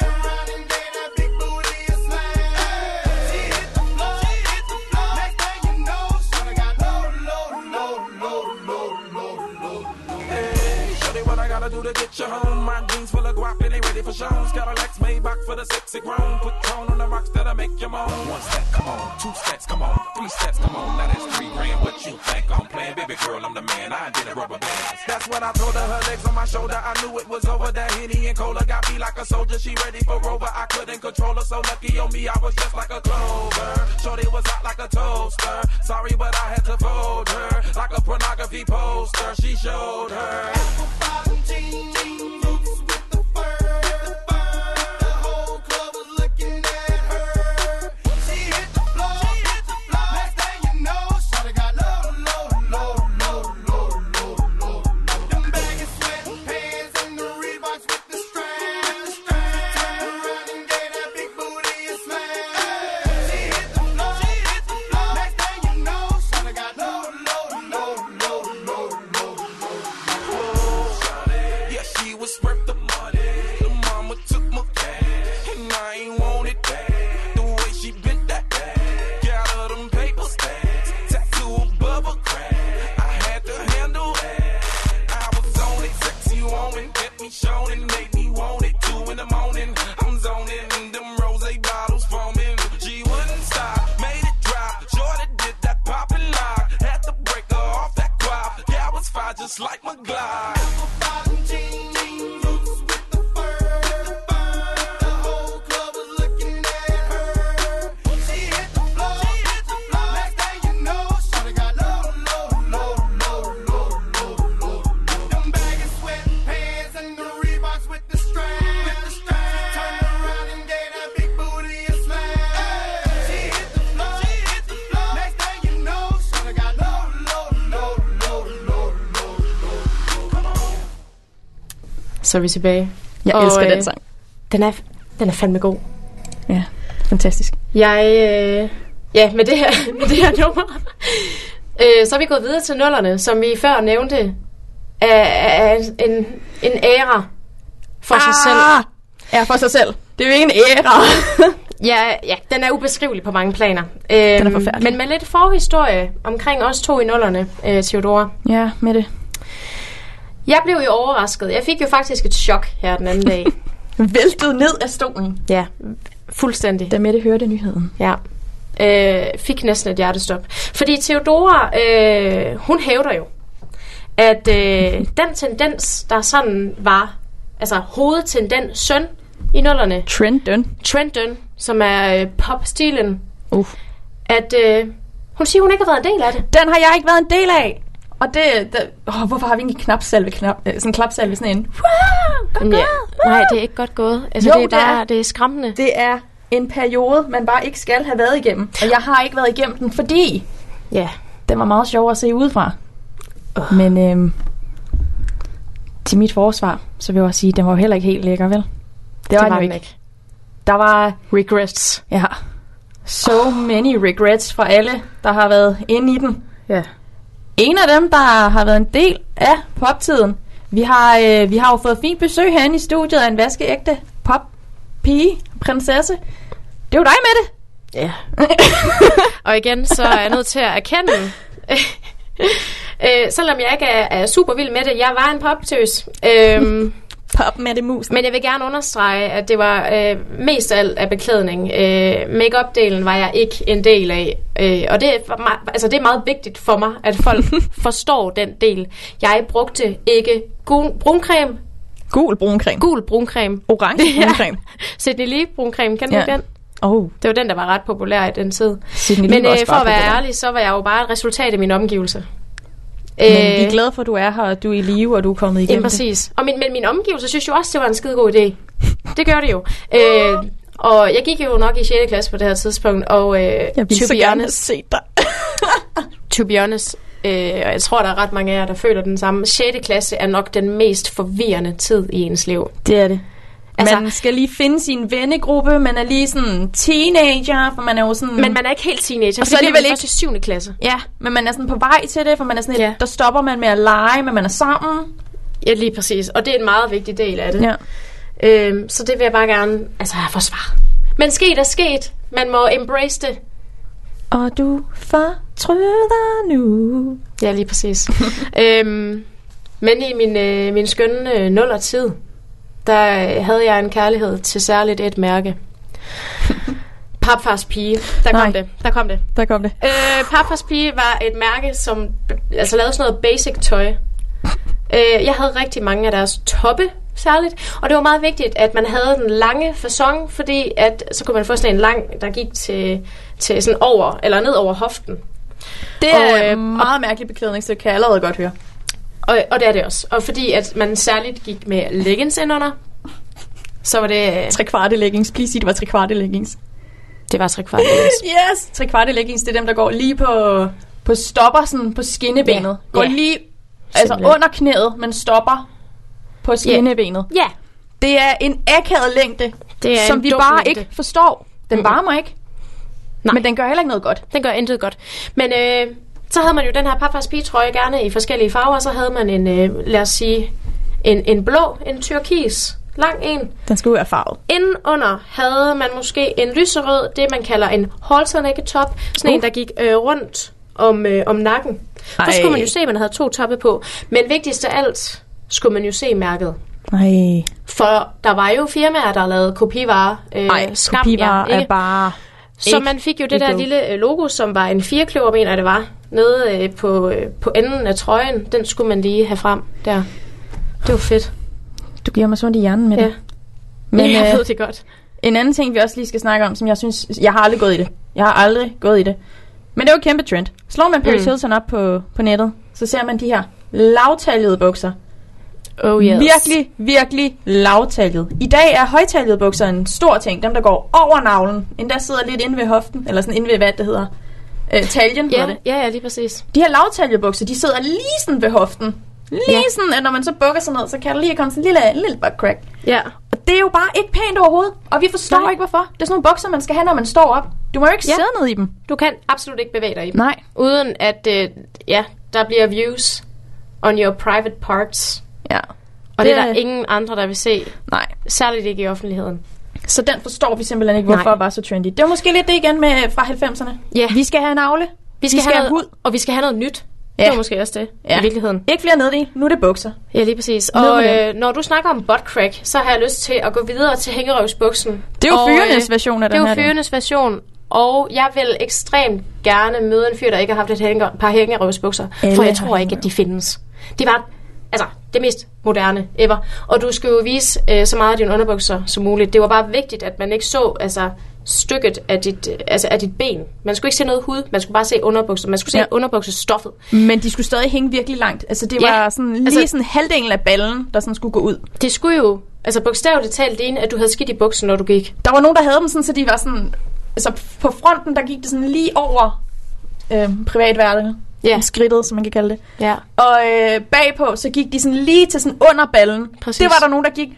Speaker 5: around and then that big booty is slam. She hit the floor, she hit the floor. Next thing you know, shorty got low, low, low, low, low, low, low, low.
Speaker 3: Hey, show me what I gotta do to get you home. My jeans full of guap and they ready for shows. Got a Lex Maybach for the sexy grown. Put tone on the rocks that'll make you moan. One step, come on. Two steps, come on. Three steps, come on. Now that's three grand. What you think I'm playing? Baby girl, I'm the man. I did a rubber band. That's what I told her. Her legs on my shoulder. I knew it was over. That Henny and Cola got me like a soldier. She ready for Rover. I couldn't control her. So lucky on me, I was just like a clover. Shorty was hot like a toaster. Sorry, but I had to fold her. Like a pornography poster. She showed her.
Speaker 5: Bottom jean, jean boots with the fur, the fur. The whole club was looking at her. She hit the floor, she hit the floor. Next thing you know, shorty got low, low, low, low, low, low, low, low. Them baggy sweatpants and the Reeboks with the straps. Turn around and gave that big booty a slam. She hit the floor, she hit the floor. Next thing you know, shorty got low, low, low, low, low, low, low.
Speaker 3: Yeah, she was worth the money. The mama took my cash, and I ain't want it back. The way she bent that back, got her them paper stacks, tattoo above her crack. I had to handle that. I was on it, sexy woman, kept me shown and made me want it. Two in the morning, I'm zoning, and them rose bottles foaming. She wouldn't stop, made it drop. Jordan did that pop and lock, had to break her off that crop. Yeah, I was fire just like my glide.
Speaker 5: Bottom jean, jean boots with the fur, the fur. The whole club was looking at her. She hit the floor, she hit the floor. Next thing you know, shorty got low, low, low, low, low, low, low. Them baggy sweatpants and the Reeboks with the straps, with the straps. Turn around and gave that big booty a slam. She hit the floor, she hit the floor. Next thing you know, shorty got low, low, low, low, low, low, low.
Speaker 2: Så er vi tilbage.
Speaker 1: Jeg
Speaker 2: Og,
Speaker 1: elsker
Speaker 2: øh,
Speaker 1: den sang.
Speaker 2: Den er, den er fandme god.
Speaker 1: Ja, fantastisk.
Speaker 2: Jeg, øh, ja, med det her, med det her nummer, øh, så er vi gået videre til nullerne, som vi før nævnte, er, er en, en æra for ah. sig selv.
Speaker 1: Ja, for sig selv. Det er jo ikke en æra.
Speaker 2: Ja, ja, den er ubeskrivelig på mange planer. Øh,
Speaker 1: Den er forfærdelig.
Speaker 2: Men med lidt forhistorie omkring os to i nullerne, øh, Theodora.
Speaker 1: ja, med det.
Speaker 2: Jeg blev jo overrasket. Jeg fik jo faktisk et chok her den anden dag.
Speaker 1: Væltet ned af stolen,
Speaker 2: ja, fuldstændig.
Speaker 1: da Mette hørte nyheden.
Speaker 2: Ja. Øh, fik næsten et hjertestop. Fordi Theodora, øh, hun hævder jo, at øh, den tendens, der sådan var, altså hovedtendensen i nullerne,
Speaker 1: Trenden.
Speaker 2: trenden, som er øh, popstilen,
Speaker 1: Uh.
Speaker 2: at øh, hun siger, hun ikke har været en del af det.
Speaker 1: Den har jeg ikke været en del af. Og det, det åh, hvorfor har vi ikke en knapsalve, knap, øh, sådan en klapsalve, sådan en? Wow, godt
Speaker 2: Ja.
Speaker 1: gået, wow.
Speaker 2: Nej, det er ikke godt gået. Altså,
Speaker 1: Jo,
Speaker 2: det er
Speaker 1: det er.
Speaker 2: bare det er skræmmende. Det.
Speaker 1: Det er en periode, man bare ikke skal have været igennem. Og jeg har ikke været igennem den, fordi
Speaker 2: Ja.
Speaker 1: den var meget sjov at se udefra. Uh. Men øhm, til mit forsvar, så vil jeg også sige, at den var jo heller ikke helt lækker, vel?
Speaker 2: Det var,
Speaker 1: den jo
Speaker 2: den ikke.
Speaker 1: Der var
Speaker 2: Regrets.
Speaker 1: Ja. So many regrets fra alle, der har været inde i den.
Speaker 2: Ja.
Speaker 1: En af dem, der har været en del af poptiden. Vi har, øh, vi har jo fået fint besøg herinde i studiet af en vaskeægte pop-pige, prinsesse. Det er jo dig, Mette.
Speaker 2: Ja. og igen, så er jeg nødt til at erkende, øh, selvom jeg ikke er, er super vild med det, jeg var en poptøs. Øhm,
Speaker 1: Pop Mette Mus.
Speaker 2: men jeg vil gerne understrege, at det var øh, mest af alt af beklædning. Øh, Make-up-delen var jeg ikke en del af. Øh, og det er, for mig, altså, det er meget vigtigt for mig, at folk forstår den del. Jeg brugte ikke gul, bruncreme,
Speaker 1: Gul bruncreme.
Speaker 2: gul bruncreme,
Speaker 1: Orange bruncreme.
Speaker 2: Sydney Lee bruncreme, kan du
Speaker 1: Ja.
Speaker 2: ja. den?
Speaker 1: Åh, oh,
Speaker 2: Det var den, der var ret populær i den tid.
Speaker 1: Sydney Lee
Speaker 2: Men
Speaker 1: var
Speaker 2: øh,
Speaker 1: også
Speaker 2: for
Speaker 1: bare
Speaker 2: at være
Speaker 1: populær.
Speaker 2: ærlig, så var jeg jo bare et resultat af min omgivelse. Øh,
Speaker 1: Men vi er glade for, at du er her, og du er i live, og du er kommet
Speaker 2: ja,
Speaker 1: igennem det.
Speaker 2: præcis. Og min, men min omgivelse synes jo også, det var en skide god idé. Det gør det jo. Øh, Og jeg gik jo nok i 6. klasse på det her tidspunkt, og øh,
Speaker 1: Jeg ville
Speaker 2: to,
Speaker 1: så
Speaker 2: be
Speaker 1: gerne have
Speaker 2: honest,
Speaker 1: set dig.
Speaker 2: to be honest, øh, og jeg tror, der er ret mange af jer, der føler den samme, 6. klasse er nok den mest forvirrende tid i ens liv.
Speaker 1: Det er det. Altså,
Speaker 2: Altså-
Speaker 1: man skal lige finde sin vennegruppe, man er lige sådan teenager, for man er jo sådan...
Speaker 2: Men man er ikke helt teenager,
Speaker 1: Mm. Og
Speaker 2: og
Speaker 1: så
Speaker 2: så alligevel
Speaker 1: alligevel
Speaker 2: ikke i 7. klasse.
Speaker 1: Ja, men man er sådan på vej til det, for man er sådan, ja.
Speaker 2: Ja.
Speaker 1: der stopper man med at lege, men man er sammen.
Speaker 2: Ja, lige præcis. Og det er en meget vigtig del af det.
Speaker 1: Ja.
Speaker 2: Øhm, så det vil jeg bare gerne altså, forsvare. Men sket er sket. Man må embrace det.
Speaker 1: Og du fortryder nu.
Speaker 2: Ja, lige præcis. øhm, men i min, øh, min skønne øh, nullertid, der øh, havde jeg en kærlighed til særligt et mærke. Papfars pige. Der kom
Speaker 1: Nej.
Speaker 2: det. Der kom det.
Speaker 1: Der kom det.
Speaker 2: Øh, Papfars pige var et mærke, som altså lavede sådan noget basic tøj. Øh, jeg havde rigtig mange af deres toppe, særligt. Og det var meget vigtigt, at man havde den lange fasong, fordi at, så kunne man få sådan en lang, der gik til, til sådan over, eller ned over hoften.
Speaker 1: Det
Speaker 2: Og,
Speaker 1: er
Speaker 2: øh,
Speaker 1: en meget mærkelig beklædning, så kan jeg allerede godt høre.
Speaker 2: Og, og det er det også. Og fordi at man særligt gik med leggings indunder, så var det... øh,
Speaker 1: Tre kvarte leggings. Please sig, det var tre kvarte leggings.
Speaker 2: Det var tre kvart.
Speaker 1: Yes! Tre kvarte leggings, det er dem, der går lige på, på stopper, sådan på skinnebenet.
Speaker 2: Ja.
Speaker 1: Går
Speaker 2: Ja.
Speaker 1: lige altså
Speaker 2: Simpelthen.
Speaker 1: under knæet, men stopper på skinnebenet.
Speaker 2: Ja,
Speaker 1: Det er en akavet længde,
Speaker 2: det er
Speaker 1: som
Speaker 2: en
Speaker 1: vi
Speaker 2: dum
Speaker 1: bare
Speaker 2: længde.
Speaker 1: ikke forstår. Den
Speaker 2: Mm-mm.
Speaker 1: varmer ikke.
Speaker 2: Nej.
Speaker 1: Men den gør heller ikke noget godt.
Speaker 2: Den gør intet godt. Men øh, så havde man jo den her papfars trøje gerne i forskellige farver, så havde man en, øh, lad os sige, en, en blå, en tyrkis, lang en.
Speaker 1: Den skal jo være farvet.
Speaker 2: Inden under havde man måske en lyserød, det man kalder en halternække top, sådan
Speaker 1: Uh.
Speaker 2: en, der gik øh, rundt om, øh, om nakken. Så skulle man jo se, at man havde to toppe på. Men vigtigst af alt skulle man jo se mærket.
Speaker 1: Nej.
Speaker 2: For der var jo firmaer, der lavede kopivarer. Øh,
Speaker 1: Nej,
Speaker 2: skam jer,
Speaker 1: kopivarer
Speaker 2: ikke?
Speaker 1: er bare...
Speaker 2: Så
Speaker 1: Ikke
Speaker 2: man fik jo det der
Speaker 1: go.
Speaker 2: lille øh, logo, som var en firkløver, mener jeg det var, nede øh, på, øh, på enden af trøjen. Den skulle man lige have frem der. Det var fedt.
Speaker 1: Du giver mig sådan i hjernen med
Speaker 2: Ja.
Speaker 1: det. Men
Speaker 2: jeg
Speaker 1: øh,
Speaker 2: ved det godt.
Speaker 1: en anden ting, vi også lige skal snakke om, som jeg synes... Jeg har aldrig gået i det. Jeg har aldrig gået i det. Men det er jo et kæmpe trend. Slår man Paris
Speaker 2: Mm.
Speaker 1: Hilton op på, på nettet, så ser man de her lavtallede bukser.
Speaker 2: Oh
Speaker 1: Virkelig, virkelig lavtallet. I dag er højtallede bukser en stor ting. Dem, der går over navlen, endda sidder lidt inde ved hoften, eller sådan inde ved, hvad det hedder, øh, taljen hedder
Speaker 2: Ja,
Speaker 1: det.
Speaker 2: ja, ja, lige præcis.
Speaker 1: De her lavtallede bukser, de sidder lige sådan ved hoften. Lige ja. sådan, at når man så bukker sig ned, så kan der lige komme sådan en lille, en lille butt crack.
Speaker 2: Ja.
Speaker 1: Og det er jo bare ikke pænt overhovedet, og vi forstår
Speaker 2: Nej.
Speaker 1: ikke hvorfor. Det er sådan nogle bukser, man skal have, når man står op. Du må jo ikke
Speaker 2: Ja.
Speaker 1: sidde ned i dem.
Speaker 2: Du kan absolut ikke bevæge dig i dem.
Speaker 1: Nej.
Speaker 2: Uden at, øh, ja, der bliver views on your private parts.
Speaker 1: Ja.
Speaker 2: Og det,
Speaker 1: Det
Speaker 2: det er
Speaker 1: er-
Speaker 2: der ingen andre, der vil se.
Speaker 1: Nej.
Speaker 2: Særligt ikke i offentligheden.
Speaker 1: Så den forstår vi simpelthen ikke, hvorfor
Speaker 2: Nej.
Speaker 1: det var så trendy. Det var måske lidt det igen med fra 90'erne.
Speaker 2: Ja.
Speaker 1: Vi skal have en avle.
Speaker 2: Vi skal,
Speaker 1: skal
Speaker 2: have
Speaker 1: have
Speaker 2: noget, og vi skal have noget nyt.
Speaker 1: Ja.
Speaker 2: Ja. Det var måske også det,
Speaker 1: Ja.
Speaker 2: ja. i virkeligheden.
Speaker 1: Ikke flere neddel. Nu er det bukser.
Speaker 2: Ja, lige præcis.
Speaker 1: Ned
Speaker 2: Og
Speaker 1: med
Speaker 2: øh, når du snakker om butt crack, så har jeg lyst til at gå videre til hængerøvsbuksen.
Speaker 1: Det er jo
Speaker 2: Og,
Speaker 1: fyrenes
Speaker 2: øh,
Speaker 1: version af
Speaker 2: Det
Speaker 1: den
Speaker 2: er
Speaker 1: her.
Speaker 2: jo
Speaker 1: der.
Speaker 2: fyrenes version, og jeg vil ekstremt gerne møde en fyr, der ikke har haft et hænger, par hængerøvsbukser,
Speaker 1: Alle
Speaker 2: for jeg
Speaker 1: har
Speaker 2: tror ikke, at de findes. Det var altså det mest moderne ever. Og du skal jo vise øh, så meget af dine underbukser som muligt. Det var bare vigtigt, at man ikke så altså, stykket af dit, øh, altså, af dit ben. Man skulle ikke se noget hud, man skulle bare se underbukser. Man skulle se
Speaker 1: Ja.
Speaker 2: ja. underbuksestoffet.
Speaker 1: Men de skulle stadig hænge virkelig langt. Altså, det
Speaker 2: Ja.
Speaker 1: var sådan, lige
Speaker 2: Altså-
Speaker 1: sådan halvdelen af ballen, der sådan skulle gå ud.
Speaker 2: Det skulle jo, altså bogstaveligt talt, ligne, at du havde skidt i buksen, når du gik.
Speaker 1: Der var nogen, der havde dem sådan, så de var sådan... Altså, på fronten, der gik det sådan lige over øh, privatværdet.
Speaker 2: Ja.
Speaker 1: Skridtet, som man kan kalde det.
Speaker 2: Ja.
Speaker 1: Og øh, bagpå, så gik de sådan lige til sådan under ballen.
Speaker 2: Præcis.
Speaker 1: Det var der nogen, der gik...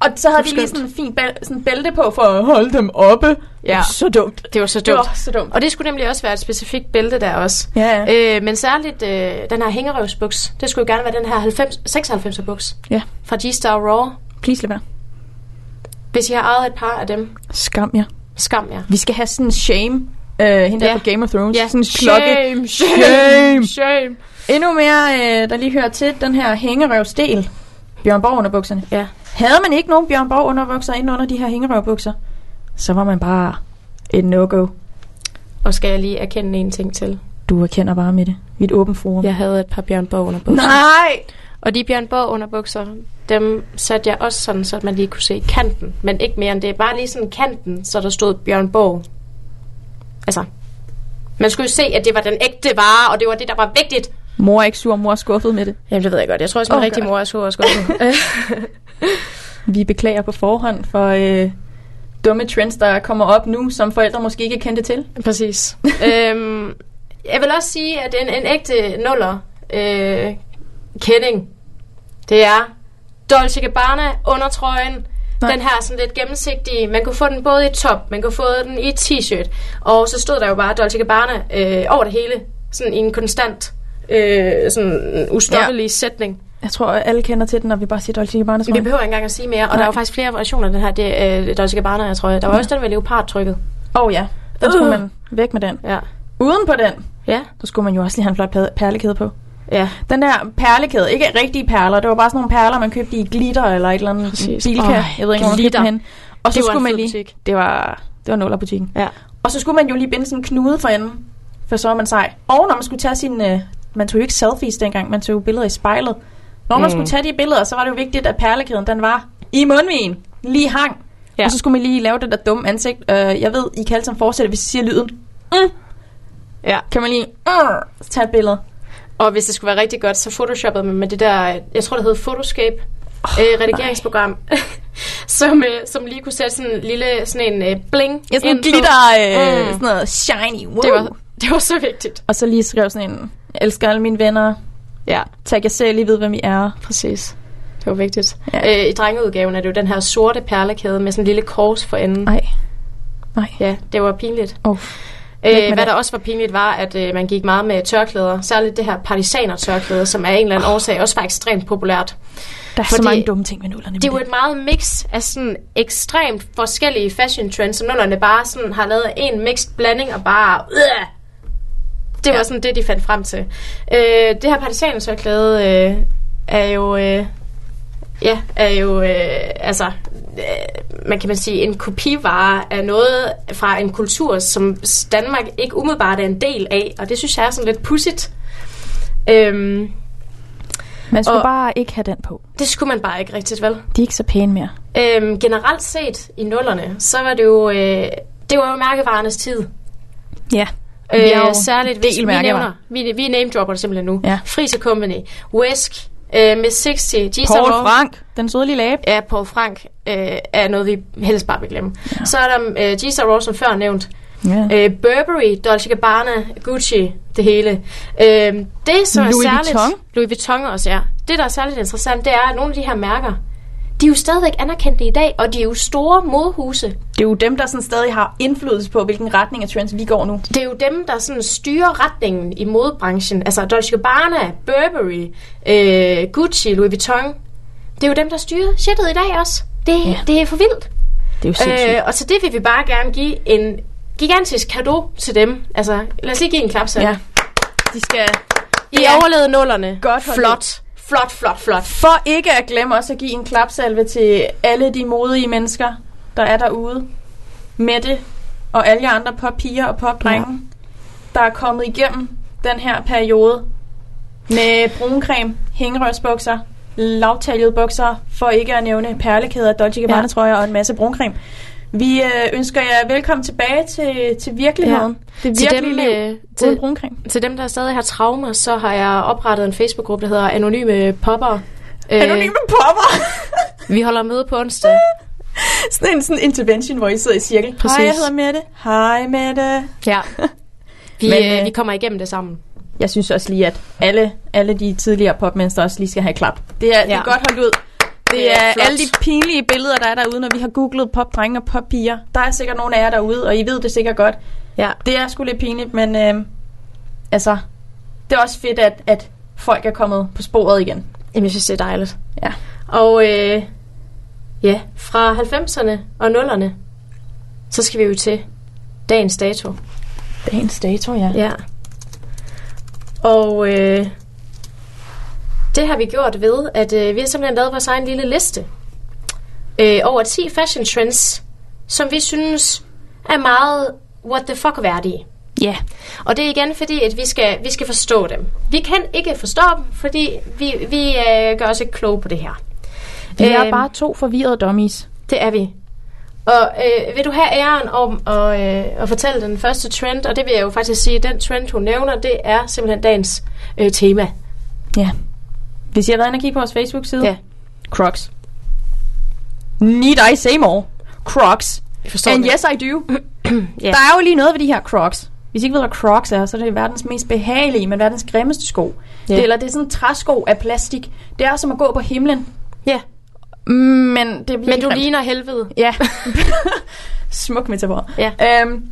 Speaker 1: Og så havde de lige
Speaker 2: skønt.
Speaker 1: sådan en fin bæl- sådan bælte på for at holde dem oppe.
Speaker 2: Ja.
Speaker 1: Så dumt.
Speaker 2: Det var så
Speaker 1: Det
Speaker 2: dumt.
Speaker 1: var så dumt.
Speaker 2: Og det skulle nemlig også være et specifikt bælte der også.
Speaker 1: Ja, ja.
Speaker 2: Øh, men særligt øh, den her hængerøvsbuks, det skulle jo gerne være den her 90, 96'er buks
Speaker 1: Ja.
Speaker 2: fra G-Star Raw.
Speaker 1: Please lad være.
Speaker 2: Hvis I har ejet et par af dem,
Speaker 1: Skam jer.
Speaker 2: skam jer.
Speaker 1: Vi skal have sådan en shame. Øh, hende der
Speaker 2: Ja.
Speaker 1: fra Game of Thrones.
Speaker 2: Ja.
Speaker 1: Sådan en klokke.
Speaker 2: Shame, shame, shame.
Speaker 1: Endnu mere, øh, der lige hører til den her hængerøvsdel. Bjørn Borg underbukserne.
Speaker 2: Ja.
Speaker 1: Havde man ikke nogen Bjørn Borg underbukser ind under de her hængerøvbukser, så var man bare et no-go.
Speaker 2: Og skal jeg lige erkende en ting til.
Speaker 1: Du erkender bare med det. Vi er et åbent forum.
Speaker 2: Jeg havde et par Bjørn Borg underbukser.
Speaker 1: Nej!
Speaker 2: Og de Bjørn Borg underbukser, dem satte jeg også sådan, så man lige kunne se kanten. Men ikke mere end det. Bare lige sådan kanten, så der stod Bjørn Borg. Altså, man skulle jo se, at det var den ægte vare, og det var det, der var vigtigt.
Speaker 1: Mor er ikke sur, mor er skuffet med det.
Speaker 2: Jamen, det ved jeg godt. Jeg tror også,
Speaker 1: min rigtige
Speaker 2: mor er sur og skuffet.
Speaker 1: Vi beklager på forhånd for øh, dumme trends, der kommer op nu, som forældre måske ikke kendte til.
Speaker 2: Præcis. øhm, jeg vil også sige, at en, en ægte nuller øh, kending, det er Dolce Gabbana undertrøjen.
Speaker 1: Nej.
Speaker 2: Nej. Den her sådan lidt gennemsigtige. Man kunne få den både i top, man kunne få den i t-shirt. Og så stod der jo bare Dolce Gabbana øh, over det hele. Sådan i en konstant, øh, sådan ustoppelig ja. sætning.
Speaker 1: Jeg tror, alle kender til den, når vi bare siger Dolce Gabbana. tror
Speaker 2: Vi
Speaker 1: jeg.
Speaker 2: behøver ikke engang at sige mere. Og
Speaker 1: Nej.
Speaker 2: der er jo faktisk flere versioner af den her det, øh, Dolce Gabbana, tror jeg. Der var også den med leopardtrykket.
Speaker 1: Åh oh, ja, den skulle
Speaker 2: Øh.
Speaker 1: man væk med den.
Speaker 2: Ja.
Speaker 1: Uden på den,
Speaker 2: Ja.
Speaker 1: så skulle man jo også lige have en flot pa- perlekæde på.
Speaker 2: Ja.
Speaker 1: Den der perlekæde, ikke rigtige perler, det var bare sådan nogle perler, man købte i glitter eller et eller andet
Speaker 2: Præcis.
Speaker 1: bilka.
Speaker 2: Øj,
Speaker 1: jeg ved ikke, hvor man købte
Speaker 2: glitter.
Speaker 1: dem henne. Og så
Speaker 2: Det var en
Speaker 1: skulle man
Speaker 2: fed
Speaker 1: lige...
Speaker 2: butik.
Speaker 1: Det var, det var nullerbutikken.
Speaker 2: Ja.
Speaker 1: Og så skulle man jo lige binde sådan en knude for enden, for så var man sej. Og når man skulle tage sin... Øh, man tog jo ikke selfies dengang, man tog jo billeder i spejlet. Når man mm.
Speaker 2: Mm.
Speaker 1: skulle tage de billeder, så var det jo vigtigt, at perlekæden den var i mundvin. Lige hang. Ja.
Speaker 2: Ja.
Speaker 1: Og så skulle man lige lave det der dumme ansigt. Øh, jeg ved, I kan alle sammen fortsætte, hvis I siger lyden. Mm.
Speaker 2: Ja.
Speaker 1: Kan man lige uh, tage et billede.
Speaker 2: Og hvis det skulle være rigtig godt, så photoshoppede man med det der, jeg tror det hed Photoscape, oh, øh, redigeringsprogram, som, øh, som lige kunne sætte sådan en lille sådan en øh, bling
Speaker 1: Ja, sådan
Speaker 2: ind på.
Speaker 1: glitter, øh, mm.
Speaker 2: Mm.
Speaker 1: sådan noget shiny. Wow.
Speaker 2: Det var, det var så vigtigt.
Speaker 1: Og så lige skrev sådan en, jeg elsker alle mine venner,
Speaker 2: Ja,
Speaker 1: tag jer selv, I ved, hvem I er.
Speaker 2: præcis. Det var vigtigt.
Speaker 1: Ja.
Speaker 2: Ja. Øh, I drengeudgaven er det jo den her sorte perlekæde med sådan en lille kors for enden.
Speaker 1: Nej. Nej.
Speaker 2: Ja, det var pinligt.
Speaker 1: Oh. Væk med
Speaker 2: Øh, hvad
Speaker 1: det.
Speaker 2: der også var pinligt var, at øh, man gik meget med tørklæder. Særligt det her partisaner-tørklæde, som af en eller anden årsag også var ekstremt populært.
Speaker 1: Der er Fordi så
Speaker 2: Fordi
Speaker 1: mange dumme ting ved nullerne.
Speaker 2: Det er jo et meget mix af sådan ekstremt forskellige fashion trends, som nullerne bare sådan har lavet en mixed blanding og bare... Øh, det var
Speaker 1: Ja.
Speaker 2: sådan det, de fandt frem til. Øh, det her partisanertørklæde øh, er jo... Øh, ja, er jo... Øh, altså, øh, man kan man sige, en kopivare af noget fra en kultur, som Danmark ikke umiddelbart er en del af, og det synes jeg er sådan lidt pudsigt. Øhm,
Speaker 1: Man skulle
Speaker 2: og-
Speaker 1: bare ikke have den på.
Speaker 2: det skulle man bare ikke rigtigt, vel?
Speaker 1: De er ikke så pæne mere.
Speaker 2: Øhm, generelt set i nullerne, så var det jo, øh, det var jo mærkevarernes tid.
Speaker 1: Ja.
Speaker 2: Øh,
Speaker 1: Vi er jo
Speaker 2: særligt, hvis
Speaker 1: del
Speaker 2: vi
Speaker 1: mærkevarer.
Speaker 2: nævner, vi, vi namedropper det simpelthen nu.
Speaker 1: Ja.
Speaker 2: Frise Company, Whisk, øh, med 60, Gisa
Speaker 1: Paul Frank, den søde lille abe.
Speaker 2: Ja, Paul Frank øh, er noget, vi helst bare vil glemme. Ja. Så er der øh, Gisa Rose, som før nævnt.
Speaker 1: Ja.
Speaker 2: Øh, Burberry, Dolce Gabbana, Gucci, det hele. Øh, det, som
Speaker 1: Louis
Speaker 2: er særligt...
Speaker 1: Vuitton?
Speaker 2: Louis Vuitton også, ja. Det, der er særligt interessant, det er, at nogle af de her mærker, de er jo stadigvæk anerkendte i dag, og de er jo store modhuse.
Speaker 1: Det er jo dem, der sådan stadig har indflydelse på, hvilken retning af trends vi går nu.
Speaker 2: det er jo dem, der sådan styrer retningen i modebranchen. Altså Dolce Gabbana, Burberry, øh, Gucci, Louis Vuitton. Det er jo dem, der styrer shitet i dag også. Det,
Speaker 1: Ja.
Speaker 2: ja. det er for vildt.
Speaker 1: Det er jo
Speaker 2: Øh, og så det vil vi bare gerne give en gigantisk gave til dem. Altså, lad os lige give en klap så.
Speaker 1: ja. Øh, De skal...
Speaker 2: I
Speaker 1: Ja.
Speaker 2: overlevede nullerne.
Speaker 1: Godt holdt
Speaker 2: Flot. Flot, flot, flot.
Speaker 1: For ikke at glemme også at give en klapsalve til alle de modige mennesker, der er derude. Mette og alle jer andre pop-piger og pop-drenge, ja. der er kommet igennem den her periode med bruncreme, hængerørsbukser, lavtaljede bukser, for ikke at nævne perlekæder, Dolce Gabbana, ja.
Speaker 2: Ja.
Speaker 1: tror jeg, og en masse bruncreme. Vi øh, ønsker jer velkommen tilbage til, til virkeligheden. Ja. Det
Speaker 2: Til
Speaker 1: virkelige
Speaker 2: dem,
Speaker 1: liv til...
Speaker 2: øh,
Speaker 1: uden
Speaker 2: til,
Speaker 1: bruncreme.
Speaker 2: til dem, der stadig har traumer, så har jeg oprettet en Facebook-gruppe, der hedder Anonyme Popper. Øh,
Speaker 1: Anonyme popper!
Speaker 2: Vi holder møde på onsdag.
Speaker 1: sådan en sådan intervention, hvor I sidder i cirkel. Hej,
Speaker 2: Præcis.
Speaker 1: jeg hedder Mette. Hej, Mette.
Speaker 2: Ja. Vi,
Speaker 1: Men,
Speaker 2: Men,
Speaker 1: øh,
Speaker 2: øh, vi kommer igennem det sammen.
Speaker 1: jeg synes også lige, at alle, alle de tidligere popmænster også lige skal have et klap. Det er, ja. det er
Speaker 2: Ja.
Speaker 1: godt holdt ud. Det
Speaker 2: Det er
Speaker 1: er
Speaker 2: flot.
Speaker 1: alle de pinlige billeder, der er derude, når vi har googlet popdrenge og poppiger. Der er sikkert nogle af jer derude, og I ved det sikkert godt.
Speaker 2: Ja.
Speaker 1: Det er sgu lidt pinligt, men øh, altså, det er også fedt, at, at folk er kommet på sporet igen.
Speaker 2: Jamen, jeg synes, det er dejligt.
Speaker 1: Ja.
Speaker 2: Og øh, ja, fra 90'erne og 0'erne, så skal vi jo til dagens dato.
Speaker 1: Dagens dato, ja.
Speaker 2: Ja. Og øh, det har vi gjort ved, at øh, vi har simpelthen lavet vores egen lille liste øh, over 10 fashion trends, som vi synes er meget what the fuck værdige.
Speaker 1: Ja.
Speaker 2: Og det er igen fordi, at vi skal, vi skal forstå dem. Vi kan ikke forstå dem, fordi vi, vi øh, gør os ikke kloge på det her.
Speaker 1: Vi er
Speaker 2: Øhm.
Speaker 1: bare to forvirrede dummies.
Speaker 2: Det er vi. Og øh, vil du have æren om at, øh, at fortælle den første trend, og det vil jeg jo faktisk sige, den trend, hun nævner, det er simpelthen dagens øh, tema.
Speaker 1: Ja. Hvis I har været inde og kigge på vores Facebook-side,
Speaker 2: Ja.
Speaker 1: Crocs. Need I say more? Crocs.
Speaker 2: Jeg forstår
Speaker 1: And
Speaker 2: det.
Speaker 1: yes, I do.
Speaker 2: Ja.
Speaker 1: Der er jo lige noget ved de her Crocs. Hvis I ikke ved, hvad Crocs er, så er det verdens mest behagelige, men verdens grimmeste sko.
Speaker 2: Ja.
Speaker 1: Det, eller det er sådan en træsko af plastik. Det er som at gå på himlen.
Speaker 2: Ja.
Speaker 1: Men det bliver
Speaker 2: Men du
Speaker 1: grimt.
Speaker 2: ligner helvede.
Speaker 1: Ja. Smuk metafor.
Speaker 2: Ja.
Speaker 1: Øhm,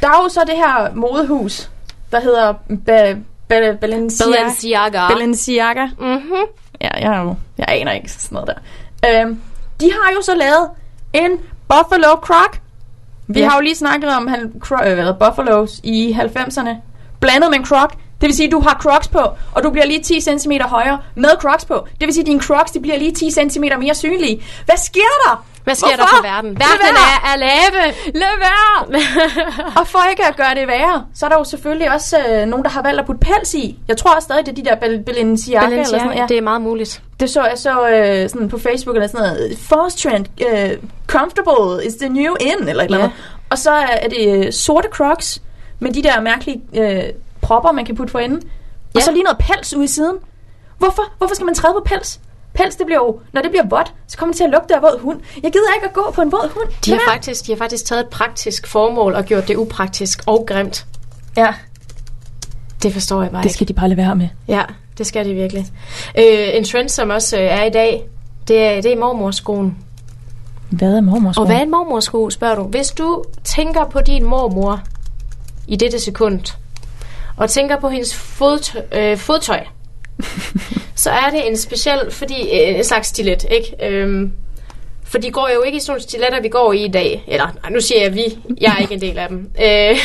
Speaker 1: der er jo så det her modehus, der hedder ba- ba- Balenciaga.
Speaker 2: Balenciaga.
Speaker 1: Balenciaga.
Speaker 2: Mhm.
Speaker 1: Ja, jeg, er jo, jeg aner ikke sådan noget der. Øhm, de har jo så lavet en Buffalo Croc. Vi
Speaker 2: Ja.
Speaker 1: har jo lige snakket om han, cro- øh, hvad hedder, Buffaloes i 90'erne. Blandet med en Croc. Det vil sige, at du har Crocs på, og du bliver lige 10 cm højere med Crocs på. Det vil sige, at dine Crocs de bliver lige 10 cm mere synlige. Hvad sker der?
Speaker 2: Hvad sker
Speaker 1: Hvorfor?
Speaker 2: der for verden?
Speaker 1: Lad
Speaker 2: Verden
Speaker 1: være.
Speaker 2: er, er lave.
Speaker 1: Lad være! og for ikke at gøre det værre, så er der jo selvfølgelig også øh, nogen, der har valgt at putte pels i. Jeg tror også stadig, det er de der Bal- Balenciaga, eller sådan noget. Ja.
Speaker 2: Balenciaga, det er meget muligt.
Speaker 1: Det så jeg så øh, sådan på Facebook eller sådan noget. Force trend, øh, comfortable is the new in, eller et eller
Speaker 2: Ja.
Speaker 1: andet. Og så er det øh, sorte crocs med de der mærkelige øh, propper, man kan putte for enden.
Speaker 2: Ja.
Speaker 1: Og så lige noget pels ude i siden. Hvorfor? Hvorfor skal man træde på pels? Pels, det bliver jo, når det bliver vådt, så kommer det til at lugte af våd hund. Jeg gider ikke at gå på en våd hund.
Speaker 2: De
Speaker 1: Lad
Speaker 2: har,
Speaker 1: være.
Speaker 2: faktisk, de har faktisk taget et praktisk formål og gjort det upraktisk og grimt.
Speaker 1: Ja,
Speaker 2: Det forstår jeg bare
Speaker 1: det skal de bare lade være med.
Speaker 2: ikke. Ja, det skal de virkelig. Øh, en trend, som også øh, er i dag, det er, det er mormorskoen.
Speaker 1: Hvad er mormors
Speaker 2: Og hvad er en mormorsko, spørger du? Hvis du tænker på din mormor i dette sekund, og tænker på hendes fodtøj, øh, fodtøj så er det en speciel fordi, øh, en slags stilet, ikke? Øhm, for de går jo ikke i sådan nogle stiletter, vi går i i dag. Eller, nej, nu siger jeg vi. Jeg er ikke en del af dem. Øh,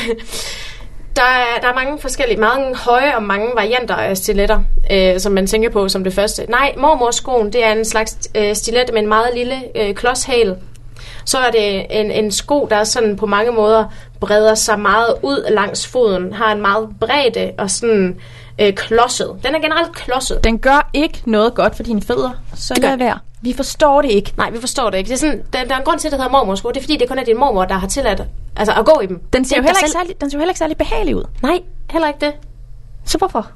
Speaker 2: der, er, der er mange forskellige, mange høje og mange varianter af stiletter, øh, som man tænker på som det første. Nej, mormorskoen, det er en slags øh, stilet med en meget lille øh, klodshale. Så er det en, en sko, der sådan på mange måder breder sig meget ud langs foden, har en meget bredde og sådan øh, klodset. Den er generelt klodset.
Speaker 1: Den gør ikke noget godt for dine fødder, så
Speaker 2: gør
Speaker 1: lad
Speaker 2: den.
Speaker 1: være. Vi forstår det ikke.
Speaker 2: Nej, vi forstår det ikke. Det er sådan, der, der er en grund til, at det hedder mormorsko. Det er fordi, det kun er din mormor, der har tilladt altså, at gå i dem.
Speaker 1: Den ser,
Speaker 2: Det
Speaker 1: jo
Speaker 2: er
Speaker 1: heller
Speaker 2: dig
Speaker 1: ikke
Speaker 2: selv.
Speaker 1: særlig, den ser jo heller ikke særlig behagelig ud.
Speaker 2: Nej, heller ikke det.
Speaker 1: Så hvorfor?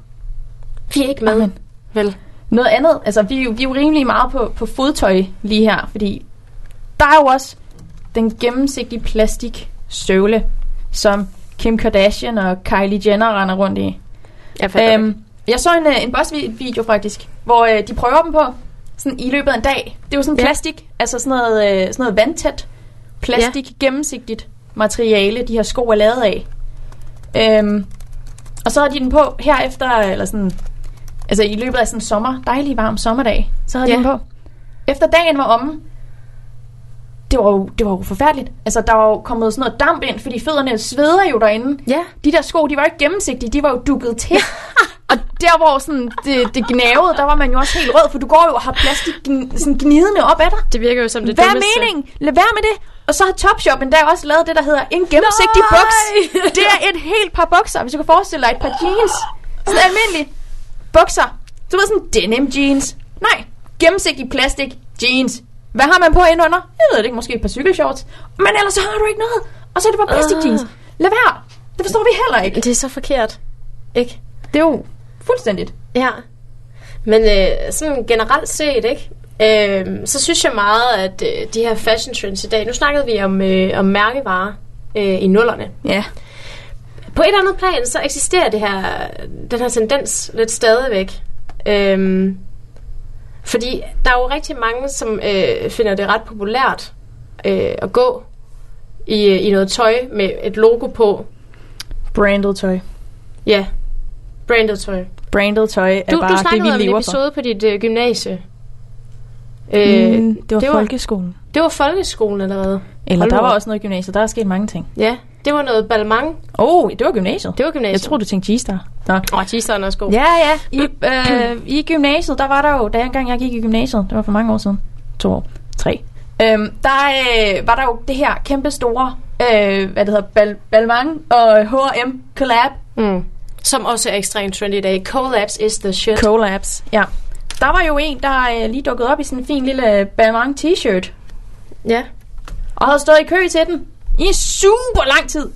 Speaker 2: Vi er ikke med.
Speaker 1: Amen.
Speaker 2: Vel.
Speaker 1: Noget andet, altså vi, er jo- vi er jo rimelig meget på, på fodtøj lige her, fordi der er jo også den gennemsigtige plastik støvle, som Kim Kardashian og Kylie Jenner render rundt i.
Speaker 2: Jeg øhm,
Speaker 1: Øhm, jeg så en, øh, en Boss-video faktisk, hvor øh, de prøver dem på sådan i løbet af en dag. Det er jo sådan
Speaker 2: Ja.
Speaker 1: plastik, altså sådan noget, øh, sådan noget vandtæt plastik, gennemsigtigt materiale, de her sko er lavet af. Øhm, og så har de den på herefter, eller sådan, altså i løbet af sådan en sommer, dejlig varm sommerdag, så havde
Speaker 2: Ja.
Speaker 1: de den på. Efter dagen var omme, det var, jo, det var jo forfærdeligt. Altså, der var jo kommet sådan noget damp ind, fordi fødderne sveder jo derinde
Speaker 2: ja.
Speaker 1: de der sko, de var ikke gennemsigtige, de var jo dukket til. og der, hvor sådan det, det gnavede, der var man jo også helt rød, for du går jo og har plastik gn- sådan gnidende op ad dig.
Speaker 2: Det virker jo som det
Speaker 1: Hvad er meningen? Lad være med det. Og så har Topshop endda også lavet det, der hedder en gennemsigtig
Speaker 2: Nej!
Speaker 1: buks. Det er et helt par bukser, hvis du kan forestille dig et par jeans. Sådan almindelige bukser. Du ved sådan denim jeans. Nej, gennemsigtig plastik jeans. Hvad har man på indenunder? Jeg ved det ikke, måske et par cykelshorts. Men ellers så har du ikke noget. Og så er det bare plastik jeans.
Speaker 2: Ah.
Speaker 1: Lad være. Det forstår vi heller ikke.
Speaker 2: Det er så forkert. Ikke?
Speaker 1: Det er jo fuldstændigt.
Speaker 2: Ja. Men øh, sådan generelt set, ikke? Øh, så synes jeg meget, at øh, de her fashion trends i dag... Nu snakkede vi om, øh, om mærkevarer øh, i nullerne.
Speaker 1: Ja.
Speaker 2: på et eller andet plan, så eksisterer det her, den her tendens lidt stadigvæk. Øhm, fordi der er jo rigtig mange, som øh, finder det ret populært øh, at gå i, i noget tøj med et logo på.
Speaker 1: Branded tøj.
Speaker 2: Ja, branded tøj.
Speaker 1: Branded tøj er
Speaker 2: Du,
Speaker 1: bare
Speaker 2: du snakkede
Speaker 1: det, vi
Speaker 2: om en
Speaker 1: lever
Speaker 2: episode på dit øh, gymnasie. Øh,
Speaker 1: for. Mm, det, var
Speaker 2: det, var,
Speaker 1: folkeskolen. Var,
Speaker 2: det var folkeskolen allerede.
Speaker 1: Eller
Speaker 2: Hold
Speaker 1: der
Speaker 2: nu
Speaker 1: var
Speaker 2: op.
Speaker 1: også noget gymnasiet. Der er sket mange ting.
Speaker 2: Ja, det var noget balmang.
Speaker 1: Oh, det var gymnasiet.
Speaker 2: Det var gymnasiet.
Speaker 1: Jeg tror du tænkte G-Star. Nå.
Speaker 2: Åh, oh, teaseren er også god.
Speaker 1: Ja, ja. I, øh, I gymnasiet, der var der jo, da jeg engang jeg gik i gymnasiet, det var for mange år siden, to år, tre, øhm, der øh, var der jo det her kæmpe store, øh, hvad det hedder, Bal- Balmain og H&M collab,
Speaker 2: Mm. Som også er ekstremt trendy i dag. Collabs is the shit.
Speaker 1: Collabs, ja. Der var jo en, der øh, lige dukkede op i sådan en fin lille Balmain t-shirt,
Speaker 2: ja.
Speaker 1: og havde stået i kø til den i super lang tid,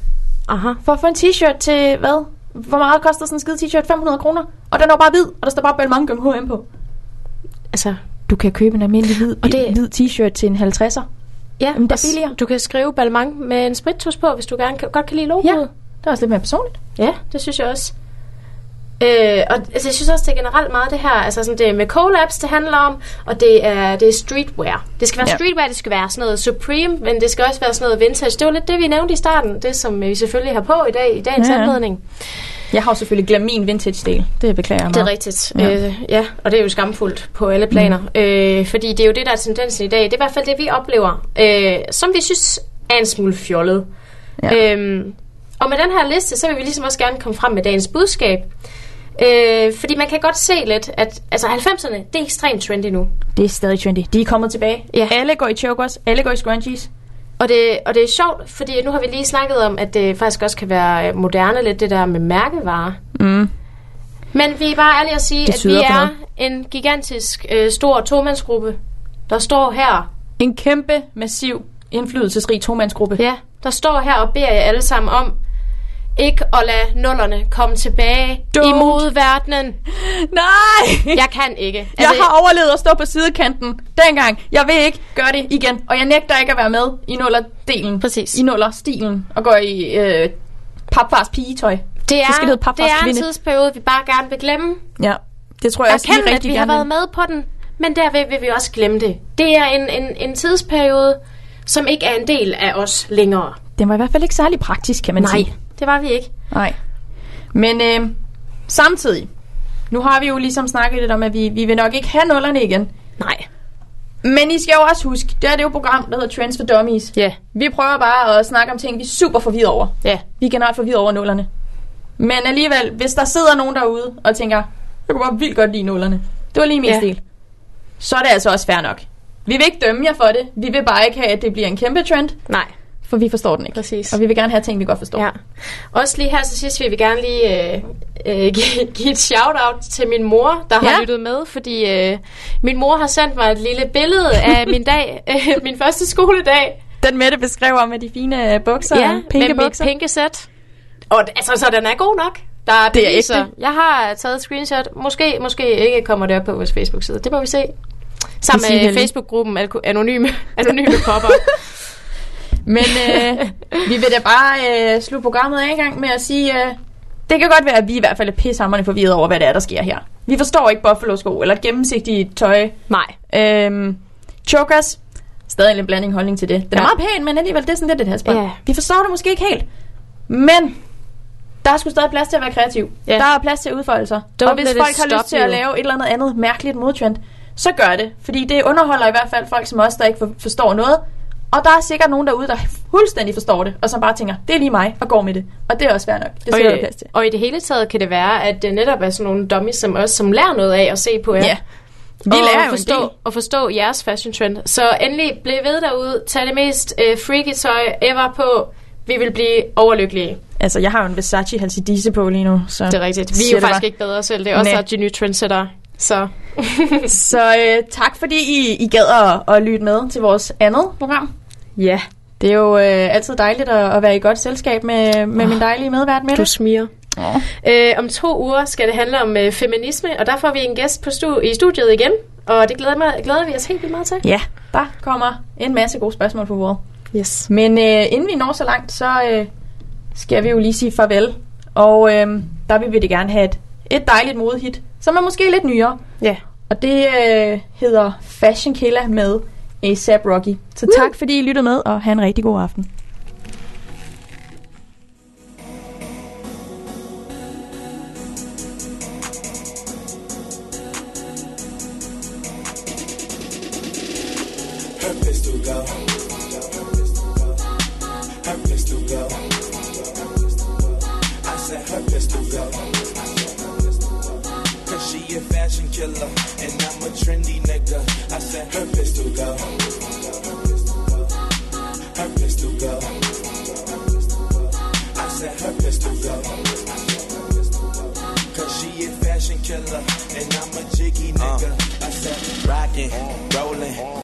Speaker 2: Aha.
Speaker 1: for at få en t-shirt til, hvad? Hvor meget koster sådan en skide t-shirt? 500 kroner. Og den var bare hvid, og der står bare Balmain gennem H&M på.
Speaker 2: Altså,
Speaker 1: Du kan købe en almindelig hvid,
Speaker 2: Og det-
Speaker 1: hvid t-shirt til en 50'er.
Speaker 2: Ja,
Speaker 1: Jamen, der er
Speaker 2: og s-
Speaker 1: billigere.
Speaker 2: Du kan skrive Balmain med en sprittus på, hvis du gerne, kan- godt kan lide logoet.
Speaker 1: Ja. Mm. Det er også lidt mere personligt.
Speaker 2: Ja, det synes jeg også. Øh, og altså, jeg synes også, det er generelt meget det her, altså sådan det med collabs, det handler om, og det er, det er streetwear. Det skal være
Speaker 1: Ja.
Speaker 2: ja. streetwear, det skal være sådan noget supreme, men det skal også være sådan noget vintage. Det var lidt det, vi nævnte i starten, det som øh, vi selvfølgelig har på i dag, i dagens
Speaker 1: Ja,
Speaker 2: ja.
Speaker 1: ja.
Speaker 2: anledning.
Speaker 1: Jeg har jo selvfølgelig glemt min vintage-del. Det beklager jeg
Speaker 2: Det er
Speaker 1: meget.
Speaker 2: rigtigt.
Speaker 1: Ja.
Speaker 2: Ja. Øh, ja, og det er jo skamfuldt på alle planer. Mm. Øh, fordi det er jo det, der er tendensen i dag. Det er i hvert fald det, vi oplever, øh, som vi synes er en smule fjollet.
Speaker 1: Ja.
Speaker 2: Ja. Øhm, og med den her liste, så vil vi ligesom også gerne komme frem med dagens budskab. Øh, fordi man kan godt se lidt, at altså 90'erne, det er ekstremt trendy nu.
Speaker 1: Det er stadig trendy. De er kommet tilbage.
Speaker 2: Ja.
Speaker 1: Alle går i chokers. Alle går i scrunchies.
Speaker 2: Og det, og det er sjovt, fordi nu har vi lige snakket om, at det faktisk også kan være øh, moderne lidt, det der med mærkevarer.
Speaker 1: Mm.
Speaker 2: Men vi er bare ærlige at sige,
Speaker 1: Det
Speaker 2: at vi
Speaker 1: tyder på
Speaker 2: er
Speaker 1: noget.
Speaker 2: en gigantisk, øh, stor tomandsgruppe, der står her.
Speaker 1: En kæmpe, massiv, indflydelsesrig tomandsgruppe.
Speaker 2: Ja, der står her og beder jer alle sammen om ikke at lade nullerne komme tilbage
Speaker 1: Don't.
Speaker 2: Don't. i modverdenen.
Speaker 1: Nej!
Speaker 2: Jeg kan ikke. Altså,
Speaker 1: Jeg har overlevet at stå på sidekanten dengang. Jeg vil ikke gøre det igen. Og jeg nægter ikke at være med i nullerdelen.
Speaker 2: Præcis.
Speaker 1: I nullerstilen. Og gå i øh, papfars pigetøj.
Speaker 2: det
Speaker 1: skal det
Speaker 2: er,
Speaker 1: hedde papfars
Speaker 2: det er en
Speaker 1: kvinde.
Speaker 2: tidsperiode, vi bare gerne vil glemme.
Speaker 1: Ja. Det tror jeg også,
Speaker 2: Erkend,
Speaker 1: vi
Speaker 2: at
Speaker 1: rigtig
Speaker 2: vi har
Speaker 1: gerne
Speaker 2: været
Speaker 1: vil.
Speaker 2: med på den, men derved vil vi også glemme det. Det er en, en, en tidsperiode, som ikke er en del af os længere.
Speaker 1: Den var i hvert fald ikke særlig praktisk, kan man
Speaker 2: Nej,
Speaker 1: sige.
Speaker 2: det var vi ikke.
Speaker 1: Nej. Men øh, samtidig, nu har vi jo ligesom snakket lidt om, at vi, vi vil nok ikke have nullerne igen.
Speaker 2: Nej.
Speaker 1: Men I skal jo også huske, det her det er jo et program, der hedder Trends for Dummies.
Speaker 2: Ja.
Speaker 1: Vi prøver bare at snakke om ting, vi er super forvirret over.
Speaker 2: Ja.
Speaker 1: Vi er generelt forvirret over nullerne. Men alligevel, hvis der sidder nogen derude og tænker, jeg kunne bare vildt godt lide nullerne. Det var lige min ja.
Speaker 2: Ja.
Speaker 1: stil. Så er det altså også fair nok. Vi vil ikke dømme jer for det. Vi vil bare ikke have, at det bliver en kæmpe trend,
Speaker 2: Nej.
Speaker 1: for vi forstår den ikke.
Speaker 2: Præcis.
Speaker 1: Og vi vil gerne have ting, vi godt forstår.
Speaker 2: Ja. Også lige her til sidst vil vi gerne lige øh, øh, give, give et shout-out til min mor, der har
Speaker 1: Ja.
Speaker 2: lyttet med, fordi øh, min mor har sendt mig et lille billede af min dag, øh, min første skoledag,
Speaker 1: Den Mette beskriver med de fine øh, bukser,
Speaker 2: ja,
Speaker 1: pinke
Speaker 2: med
Speaker 1: bukser.
Speaker 2: mit pinkesæt. Og d- altså, så den er god nok. Der er
Speaker 1: Det er
Speaker 2: beviser.
Speaker 1: ægte.
Speaker 2: Jeg har taget et screenshot. Måske, måske ikke kommer det op på vores Facebook-side. Det må vi se.
Speaker 1: Vi
Speaker 2: Sammen
Speaker 1: siger
Speaker 2: med
Speaker 1: heldig.
Speaker 2: Facebook-gruppen Alko- Anonyme, anonyme Popper.
Speaker 1: Men øh, vi vil da bare øh, slutte programmet af en gang med at sige, øh, det kan godt være, at vi i hvert fald er pissehammerende forvirret over, hvad det er, der sker her. Vi forstår ikke buffalo-sko eller gennemsigtige tøj.
Speaker 2: Nej.
Speaker 1: Øhm, chokers, stadig en blanding holdning til det. Den er
Speaker 2: Ja.
Speaker 1: meget pæn, men alligevel, det er sådan lidt et halsbånd.
Speaker 2: Ja.
Speaker 1: Vi forstår det måske ikke helt, men der er sgu stadig plads til at være kreativ.
Speaker 2: Ja.
Speaker 1: Der er plads til at udfolde sig.
Speaker 2: Don't
Speaker 1: og hvis
Speaker 2: let it
Speaker 1: folk har
Speaker 2: stop
Speaker 1: lyst til at
Speaker 2: you.
Speaker 1: lave et eller andet andet mærkeligt modtrend, så gør det. Fordi det underholder i hvert fald folk som os, der ikke for- forstår noget. Og der er sikkert nogen derude, der fuldstændig forstår det, og som bare tænker, det er lige mig, og går med det. Og det er også fair nok. Det
Speaker 2: Og
Speaker 1: skal der være
Speaker 2: i,
Speaker 1: plads til.
Speaker 2: og i det hele taget kan det være, at det netop er sådan nogle dummies som os, som lærer noget af at se på jer.
Speaker 1: Ja. Vi
Speaker 2: og
Speaker 1: lærer jo en del.
Speaker 2: forstå, og forstå jeres fashion trend. Så endelig bliv ved derude. Tag det mest øh, freaky tøj ever på. Vi vil blive overlykkelige.
Speaker 1: Altså, jeg har jo en Versace Halsidise på lige nu, så...
Speaker 2: Det er rigtigt. Vi
Speaker 1: Siger
Speaker 2: er jo
Speaker 1: det
Speaker 2: faktisk
Speaker 1: bare.
Speaker 2: ikke bedre selv. Det er også
Speaker 1: Næ.
Speaker 2: der de nye trendsetter. Så
Speaker 1: Så øh, tak fordi I, I gad at, at lytte med til vores andet program.
Speaker 2: ja,
Speaker 1: Det er jo øh, altid dejligt at, at være i godt selskab med, med min dejlige medvært med
Speaker 2: Ah. du
Speaker 1: det.
Speaker 2: smiger.
Speaker 1: Ja.
Speaker 2: Øh, om to uger skal det handle om øh, feminisme, og der får vi en gæst på stu- i studiet igen. Og det glæder, mig, glæder vi os helt vildt meget til.
Speaker 1: ja, der kommer en masse gode spørgsmål på bordet.
Speaker 2: Yes.
Speaker 1: Men øh, inden vi når så langt, så øh, skal vi jo lige sige farvel. Og øh, der vil vi det gerne have et, et dejligt modehit, som er måske lidt nyere.
Speaker 2: Ja.
Speaker 1: Og det øh, hedder Fashion Killer med A$AP Rocky. Så tak fordi I lyttede med, og have en rigtig god aften.
Speaker 5: Her place to go. Her place to go. I said her place to go.
Speaker 3: Cause she a fashion killer, and I'm a trendy nigga. I said,
Speaker 5: Her place to go. Her place to go. I said her place to go.
Speaker 3: Cause she a fashion killer, and I'm a jiggy nigga. I said, rockin', rollin'.